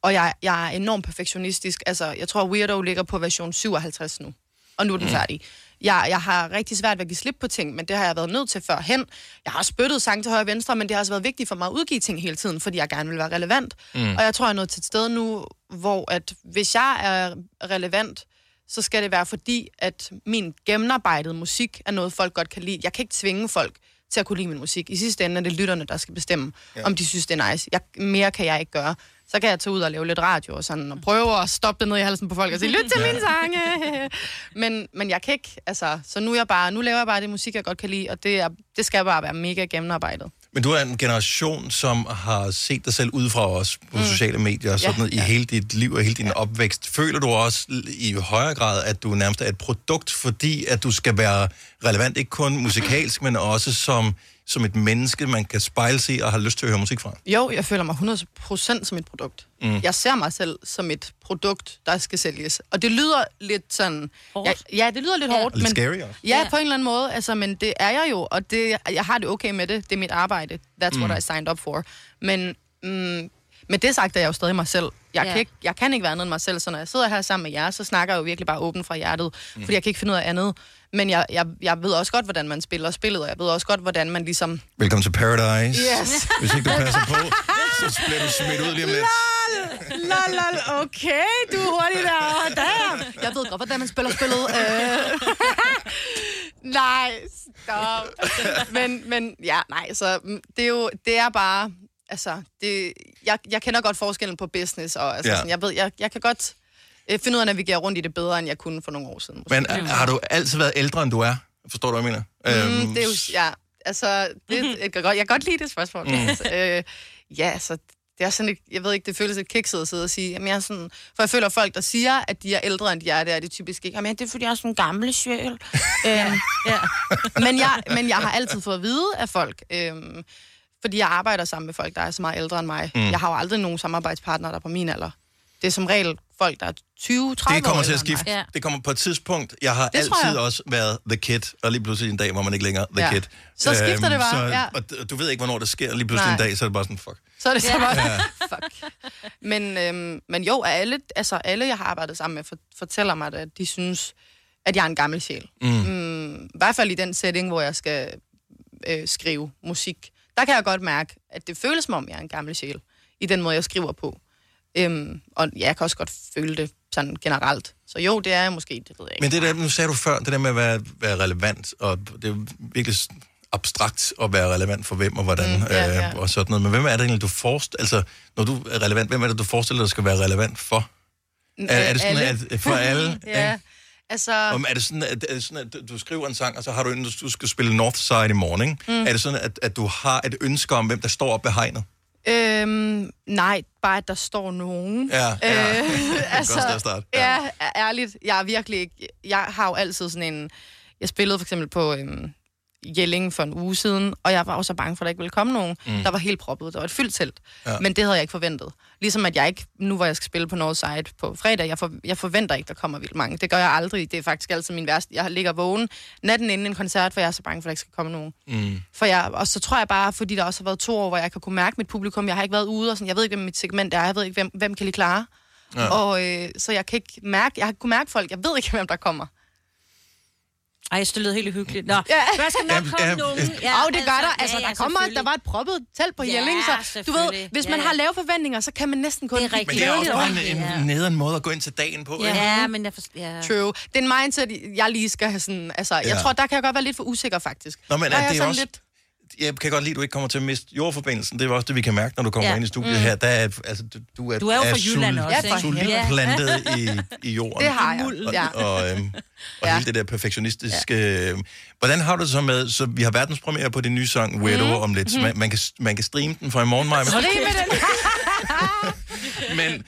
S16: Og jeg, jeg er enormt perfektionistisk. Altså, jeg tror, Weirdo ligger på version 57 nu. Og nu er den
S10: Mm.
S16: færdig. Jeg, jeg har rigtig svært ved at give slip på ting, men det har jeg været nødt til førhen. Jeg har spyttet sang til højre og venstre, men det har også været vigtigt for mig at udgive ting hele tiden, fordi jeg gerne vil være relevant.
S10: Mm.
S16: Mm. Og jeg tror, jeg er nået til et sted nu, hvor at hvis jeg er relevant, så skal det være fordi, at min gennemarbejdede musik er noget, folk godt kan lide. Jeg kan ikke tvinge folk til at kunne lide min musik. I sidste ende er det lytterne, der skal bestemme,
S10: Ja.
S16: ja. om de synes, det er nice. Jeg, mere kan jeg ikke gøre. Så kan jeg tage ud og lave lidt radio og sådan, og prøve at stoppe det ned i halsen på folk og sige, lyt til
S10: Ja.
S16: mine sange! men, men jeg kan ikke, altså, så nu, er jeg bare, nu laver jeg bare det musik, jeg godt kan lide, og det, er, det skal bare være mega gennemarbejdet.
S1: Men du er en generation, som har set dig selv udefra også på mm. sociale medier og sådan
S16: Ja.
S1: noget, i ja. hele dit liv og hele din ja. opvækst. Føler du også l- i højere grad, at du nærmest er et produkt, fordi at du skal være relevant, ikke kun musikalsk, men også som som et menneske, man kan spejle sig i og har lyst til at høre musik fra?
S16: Jo, jeg føler mig 100% som et produkt.
S1: Mm.
S16: Mm. Jeg ser mig selv som et produkt, der skal sælges. Og det lyder lidt sådan... Ja, ja, det lyder lidt hårdt.
S1: Lidt
S16: men,
S1: scary også.
S16: Ja, på en eller anden måde. Altså, men det er jeg jo, og det, jeg har det okay med det. Det er mit arbejde. That's mm.
S1: Mm.
S16: what I signed up for. Men mm, med det sagt er jeg jo stadig mig selv. Jeg,
S10: Ja.
S16: kan ikke, jeg kan ikke være andet end mig selv, så når jeg sidder her sammen med jer, så snakker jeg jo virkelig bare åbent fra hjertet,
S10: Mm.
S16: mm. fordi jeg kan ikke finde noget andet. Men jeg, jeg, jeg ved også godt, hvordan man spiller spillet, og jeg ved også godt, hvordan man ligesom
S1: Velkommen til Paradise.
S16: Yes.
S1: Hvis ikke du passer på, så bliver du smidt ud lige om lidt.
S16: Lol, lol, okay, du er hurtig derovre. Damn. Jeg ved godt, hvordan man spiller spillet. Øh. nej, stop. Men, men ja, nej, så mm, det er jo, det er bare, altså, det, jeg, jeg kender godt forskellen på business, og altså,
S1: Ja.
S16: ja. sådan, jeg ved, jeg, jeg kan godt øh, finde ud af at navigere rundt i det bedre, end jeg kunne for nogle år siden.
S1: Men øh, har du altid været ældre, end du er? Forstår du, hvad jeg mener? Øhm,
S16: Mm, det er jo, ja, altså, det, jeg, kan godt, jeg kan godt lide det spørgsmål.
S1: Mhm. Mm.
S16: Mm. øh, ja, så det er sådan lidt, jeg ved ikke, det føles lidt kikset at sidde og sige, jamen jeg er sådan, for jeg føler folk, der siger, at de er ældre, end de er, det er de typisk ikke, jamen ja, det er fordi, jeg er sådan en gammel sjæl. øhm, ja. men, jeg, men jeg har altid fået at vide af folk, øhm, fordi jeg arbejder sammen med folk, der er så meget ældre end mig.
S1: Mm.
S16: Mm. Jeg har jo aldrig nogen samarbejdspartnere, der er på min alder. Det er som regel folk, der er 20-30 år
S1: Det kommer
S16: ældre end
S1: til at
S16: mig.
S1: skifte. Ja. Det kommer på et tidspunkt. Jeg har
S16: Det tror
S1: altid
S16: jeg.
S1: også været the kid, og lige pludselig en dag var man ikke længere the
S16: Ja.
S1: kid.
S16: Så skifter det bare,
S1: Øhm, Så,
S16: ja.
S1: og d- du ved ikke, hvornår det sker. Lige pludselig
S16: Nej.
S1: en dag, så er det bare sådan, fuck.
S16: Så er det så
S1: Ja.
S16: meget.
S1: Ja.
S16: Ja. Fuck. Men, øhm, men jo, at alle, altså alle, jeg har arbejdet sammen med, for, fortæller mig, at de synes, at jeg er en gammel sjæl.
S10: Mm.
S16: Mm, I hvert fald i den setting, hvor jeg skal øh, skrive musik. Der kan jeg godt mærke, at det føles som om, jeg er en gammel sjæl, i den måde, jeg skriver på. Øhm, og ja, jeg kan også godt føle det sådan generelt. Så jo, det er jeg måske, det ved jeg ikke.
S1: Men det der, nu sagde du før, det der med at være, være relevant, og det er jo virkelig s- abstrakt at være relevant for hvem og hvordan, mm, ja, ja. Øh, og sådan noget. Men hvem er det egentlig, du forestiller, altså, når du er relevant, hvem er det, du forestiller dig skal være relevant for? Er, er det sådan,
S16: Alle.
S1: at for alle?
S16: ja.
S1: ikke?
S16: Altså,
S1: Om er det sådan, at, er det sådan, at du skriver en sang, og så har du en, du skal spille Northside i morgen, ikke? Mm.
S16: Mm.
S1: Er det sådan, at, at du har et ønske om, hvem der står oppe ved hegnet?
S16: Øhm, nej, bare at der står nogen. Øh,
S1: Ja, ja. Godt sted
S16: altså,
S1: at starte.
S16: Ja. ja, ærligt, jeg er virkelig ikke... Jeg har jo altid sådan en... Jeg spillede for eksempel på øhm, Jelling for en uge siden, og jeg var jo så bange for, at der ikke ville komme nogen.
S10: Mm.
S16: Mm. Der var helt proppet. Der var et fyldt telt.
S10: Ja.
S16: Ja. Men det havde jeg ikke forventet. Ligesom at jeg ikke... Nu hvor jeg skal spille på Northside på fredag, jeg, for, jeg forventer ikke, der kommer vildt mange. Det gør jeg aldrig. Det er faktisk altid min værste. Jeg ligger vågen natten inden en koncert, for jeg er så bange for, at der ikke skal komme nogen.
S1: Mm.
S16: For jeg, og så tror jeg bare, fordi der også har været to år, hvor jeg kan kunne mærke mit publikum. Jeg har ikke været ude, og sådan, jeg ved ikke, hvem mit segment er. Jeg ved ikke, hvem, hvem kan lige klare.
S1: Ja.
S16: Ja. Og, øh, så jeg kan ikke mærke, jeg har kunnet mærke folk. Jeg ved ikke, hvem der kommer.
S2: Ej, jeg synes, det lød helt hyggeligt. Nå,
S16: Ja.
S2: der skal nok komme nogen.
S16: Ja, og det gør
S2: altså,
S16: der. Altså,
S2: ja, ja,
S16: der kommer, der var et proppet telt på
S2: Ja,
S16: Jelling, så du ved,
S2: selvfølgelig.
S16: hvis
S2: Ja,
S16: man
S2: ja.
S16: har lave forventninger, så kan man næsten kun det
S1: Men det er også bare en, en nederen måde at gå ind til dagen på. ikke?
S16: Ja,
S2: men jeg forstår... Ja.
S16: True. Det er en mindset, jeg lige skal have sådan... Altså, ja. jeg
S1: Ja.
S16: tror, der kan jeg godt være lidt for usikker, faktisk.
S1: Nå, men
S16: Der
S1: er
S16: jeg
S1: det
S16: sådan
S1: også- Jeg kan godt lide, at du ikke kommer til at miste jordforbindelsen. Det er også det, vi kan mærke, når du kommer
S16: Ja.
S1: ja. ind i studiet
S16: Mm.
S1: her. Der er, altså, du, du er,
S16: Du er jo fra Jylland også,
S1: Ja,
S16: ikke?
S1: for solid
S16: Ja.
S1: plantet i, i jorden.
S16: Det har jeg,
S1: Og,
S16: ja.
S1: og, øhm, og ja.
S16: Ja.
S1: hele det der perfektionistiske... Ja. Hvordan har du det så med... Så vi har verdenspremiere på din nye sang, Weirdo, mm.
S16: Mhm.
S1: om lidt. Så Man,
S16: Mhm.
S1: man, kan, man kan streame den fra i morgen, Maja.
S16: Så det med den.
S1: Men,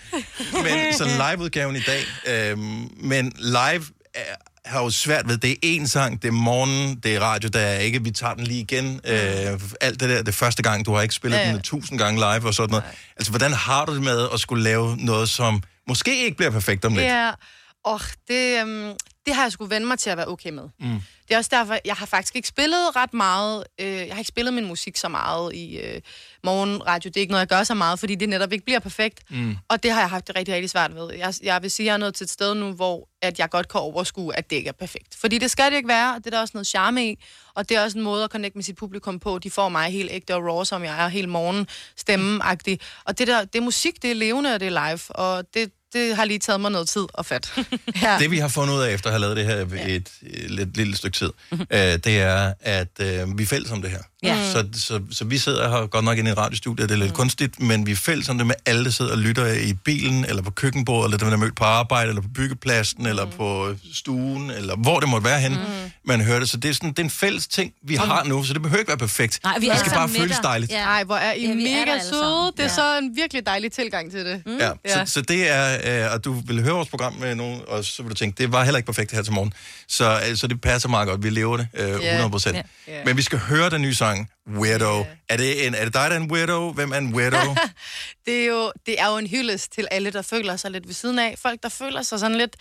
S1: men så liveudgaven i dag. Øhm, men live er, har jo svært ved, det er én sang, det er morgen, det er radio, der er ikke, vi tager den lige igen. Øh, alt det der, det er første gang, du har ikke spillet
S16: Ja, ja.
S1: den tusind gange live og sådan noget. Altså, hvordan har du det med at skulle lave noget, som måske ikke bliver perfekt om lidt?
S16: Ja, og det, øhm, det har jeg skulle vende mig til at være okay med.
S1: Mm.
S16: Det er også derfor, jeg har faktisk ikke spillet ret meget. Øh, jeg har ikke spillet min musik så meget i øh, morgenradio. Det er ikke noget, jeg gør så meget, fordi det netop ikke bliver perfekt.
S10: Mm.
S16: Og det har jeg haft det rigtig, rigtig svært ved. Jeg, jeg vil sige, at jeg er nået til et sted nu, hvor at jeg godt kan overskue, at det ikke er perfekt. Fordi det skal det ikke være, og det er der også noget charme i. Og det er også en måde at connecte med sit publikum på. De får mig helt ægte og raw, som jeg er, helt morgenstemmeagtig. Og det, der, det er musik, det er levende, og det er live. Og det, det har lige taget mig noget tid at fat. ja.
S1: Det vi har fundet ud af efter at have lavet det her et, et, et, et lille stykke tid, øh, det er, at øh, vi er fælles om det her.
S16: Mhm. Ja. Mm.
S1: Så, så, så vi sidder her godt nok inde i et radiostudie, det er lidt kunstigt, men vi er fælles om det med alle, der sidder og lytter i bilen, eller på køkkenbordet, eller dem, der er mødt på arbejde, eller på byggepladsen, eller
S16: Mhm.
S1: på stuen, eller hvor det måtte være henne, mm. man hører det. Så det er, sådan, det er en fælles ting, vi
S16: Mhm.
S1: har nu, så det behøver ikke være perfekt. det skal bare føles dejligt.
S16: Ja. Ej, hvor er I
S10: Ja,
S16: ja,
S10: vi er der
S16: mega
S10: alle
S16: søde.
S10: sammen.
S16: Det er
S10: Ja.
S16: ja. så en virkelig dejlig tilgang til det. Mm.
S1: Ja, ja. Så, så det er, øh, og du vil høre vores program med nogen, og så vil du tænke, det var heller ikke perfekt her til morgen. Så, øh, så det passer meget godt, vi lever det øh,
S16: Ja.
S1: 100%.
S16: Ja.
S1: Men vi skal høre den nye sang, sang, Weirdo. Yeah. Er, det en, er det dig, der er en weirdo? Hvem er en weirdo?
S16: det, er jo, det er jo en hyldest til alle, der føler sig lidt ved siden af. Folk, der føler sig sådan lidt...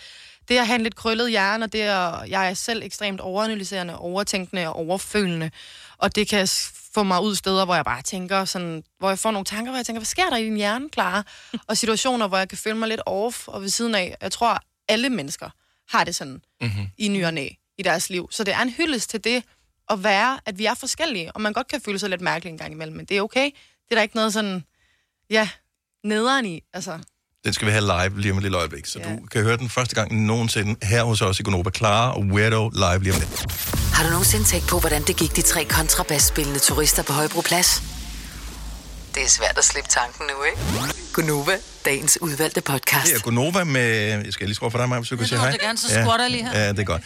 S16: Det at have en lidt krøllet hjerne, og det at, jeg er selv ekstremt overanalyserende, overtænkende og overfølende. Og det kan s- få mig ud steder, hvor jeg bare tænker sådan... Hvor jeg får nogle tanker, hvor jeg tænker, hvad sker der i din hjerne, Clara? og situationer, hvor jeg kan føle mig lidt off og ved siden af. Jeg tror, alle mennesker har det sådan
S19: Mm-hmm.
S16: i ny og næ i deres liv. Så det er en hyldest til det at være, at vi er forskellige, og man godt kan føle sig lidt mærkelig en gang imellem, men det er okay. Det er der ikke noget sådan, ja, nederen i. Altså,
S1: Den skal vi have live lige om et lille øjeblik, så du kan høre den første gang nogensinde her hos os i Gonova. Clara og Weirdo live lige om lidt.
S5: Har du nogensinde tænkt på, hvordan det gik de tre kontrabasspillende turister på Højbroplads? Det er svært at slippe tanken nu, ikke? Gunova, dagens udvalgte podcast.
S1: Det er Gonova med... Jeg skal lige skrue for dig, Maja, hvis du kan sige
S4: du
S1: hej.
S4: måtte gerne, så squatter jeg lige her.
S1: Ja, det er godt.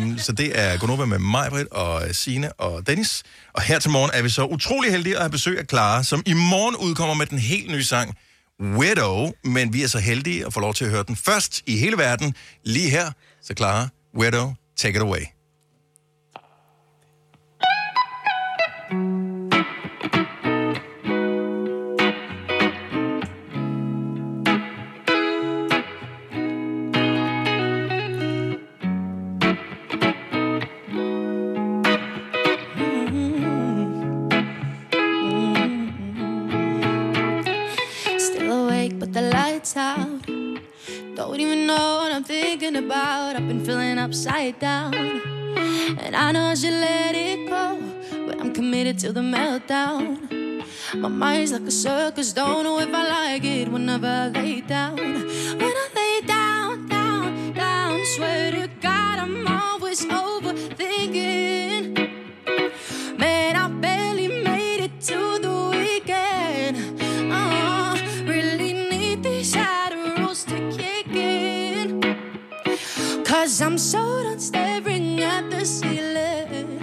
S1: Øhm, så det er Gonova med mig, Britt, og Sine og Dennis. Og her til morgen er vi så utrolig heldige at have besøg af Clara, som i morgen udkommer med den helt nye sang, Widow. Men vi er så heldige at få lov til at høre den først i hele verden, lige her. Så Clara, Widow, take it away.
S19: Still awake, but the lights out. Don't even know what I'm thinking about. I've been feeling upside down. And I know I should let it go, but I'm committed to the meltdown. My mind's like a circus, don't know if I like it whenever I lay down. When I lay down, down, down, swear to God, I'm always overthinking. Man, I barely made it to the weekend. Uh, really need these Adderalls to kick in. Cause I'm so done staring at the ceiling.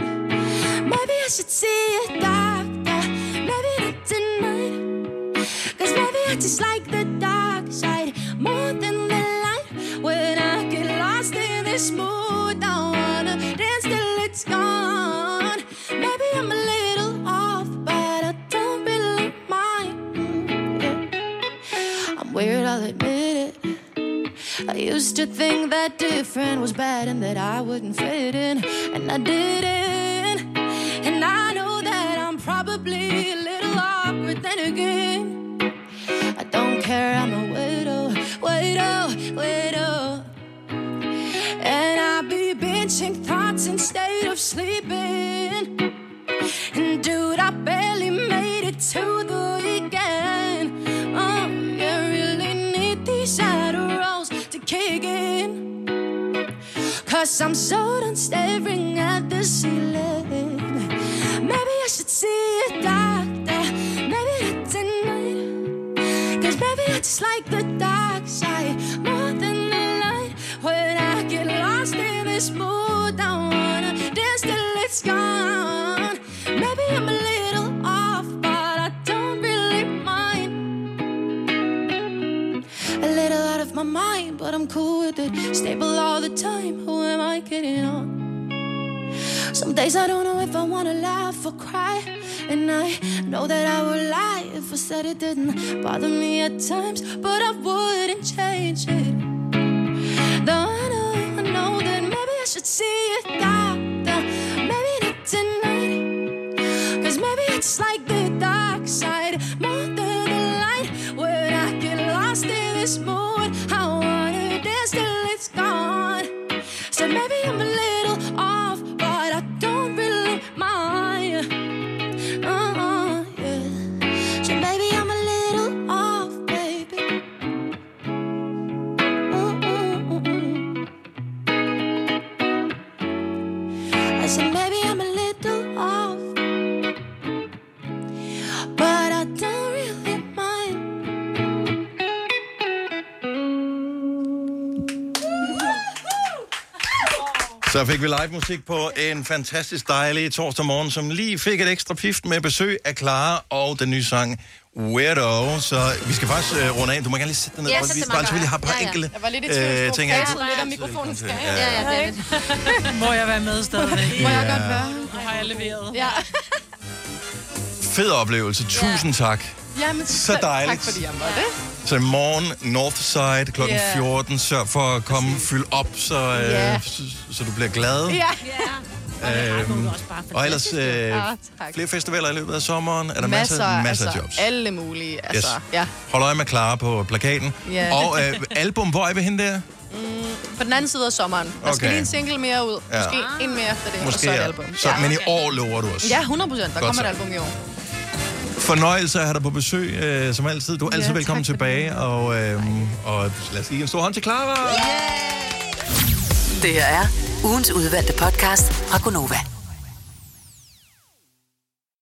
S19: Maybe I should see a doctor. Maybe not tonight. Cause maybe I just like the dark side more than the light. When I get lost in this mood, I wanna dance till it's gone. Maybe I'm a little off, but I don't really mind. Mm, yeah. I'm weird, I'll admit it. I used to think that different was bad and that I wouldn't fit in, and I didn't. And I know that I'm probably a little awkward then again. I don't care, I'm a widow, widow, widow. And I be benching thoughts instead of sleeping. And dude, I barely made it to the weekend. Oh, yeah, really need these Adderalls to kick in. Cause I'm so done staring at the ceiling. Maybe I should see a doctor. Maybe not tonight. Cause maybe I just like the dark side more than the light. When I get lost in this mood, I wanna dance till it's gone. Maybe I'm a little off, but I don't really mind. A little out of my mind, but I'm cool with it. Stable all the time. Who am I kidding on? Some days I don't know if I wanna laugh or cry. And I know that I would lie if I said it didn't bother me at times, but I wouldn't change it. Though I know, I know that maybe I should see a doctor. Maybe not tonight. Cause maybe it's like the dark side, more than the light. When I get lost in this mood, I wanna dance till it's gone. So maybe I'm a little off, but I don't really mind. Uh-uh, yeah. So maybe I'm a little off, baby. Mm-mm-mm-mm. I said maybe I'm a little off, but I don't really mind.
S1: Så fik vi live musik på en fantastisk dejlig torsdag morgen, som lige fik et ekstra pift med besøg af Clara og den nye sang Weirdo. Så vi skal faktisk uh, runde af. Du må gerne lige sætte den ned.
S16: Ja,
S1: hvor
S16: sæt
S1: vi
S16: den
S1: bare
S16: bare.
S1: selvfølgelig har bare
S16: Ja, ja.
S1: enkelte
S16: Jeg var lidt i tvivl.
S1: øh,
S16: Skulle
S1: ting.
S16: jeg tage lidt af mikrofonen? Skal jeg? Ja, ja, det er
S4: Må jeg være med stadigvæk?
S1: Må jeg godt være?
S4: Nu har jeg leveret.
S16: Ja.
S1: Fed oplevelse. Tusind tak.
S16: Jamen,
S1: Så
S16: selv
S1: dejligt.
S16: Tak, fordi jeg måtte.
S1: Så i morgen, Northside, kl.
S16: Ja.
S1: 14. Sørg for at komme fyld op, så, øh,
S16: Ja.
S1: så, så du bliver glad.
S16: Ja.
S1: Øhm, og ellers øh,
S16: Ja, Ah, tak.
S1: flere festivaler i løbet af sommeren. Er der masser, masser, masser af
S16: altså,
S1: jobs?
S16: alle mulige. Altså,
S1: Yes.
S16: ja.
S1: Hold øje med Clara på plakaten.
S16: Ja.
S1: Og øh, album, hvor er vi henne der?
S16: På den anden side af sommeren. Der skal
S1: Okay.
S16: lige en single mere ud.
S1: Ja.
S16: Måske en mere efter det, og
S1: Måske
S16: så et
S1: ja.
S16: album.
S1: Så, Men i år lover du os.
S16: Ja, 100 procent. Der
S1: Godt
S16: kommer et
S1: så.
S16: album i år.
S1: Fornøjelse at have dig på besøg, øh, som altid. Du er altid
S16: Ja,
S1: ja, velkommen tilbage. Og, øh, og lad os give en stor hånd til Clara.
S5: Det her er ugens udvalgte podcast fra Gonova.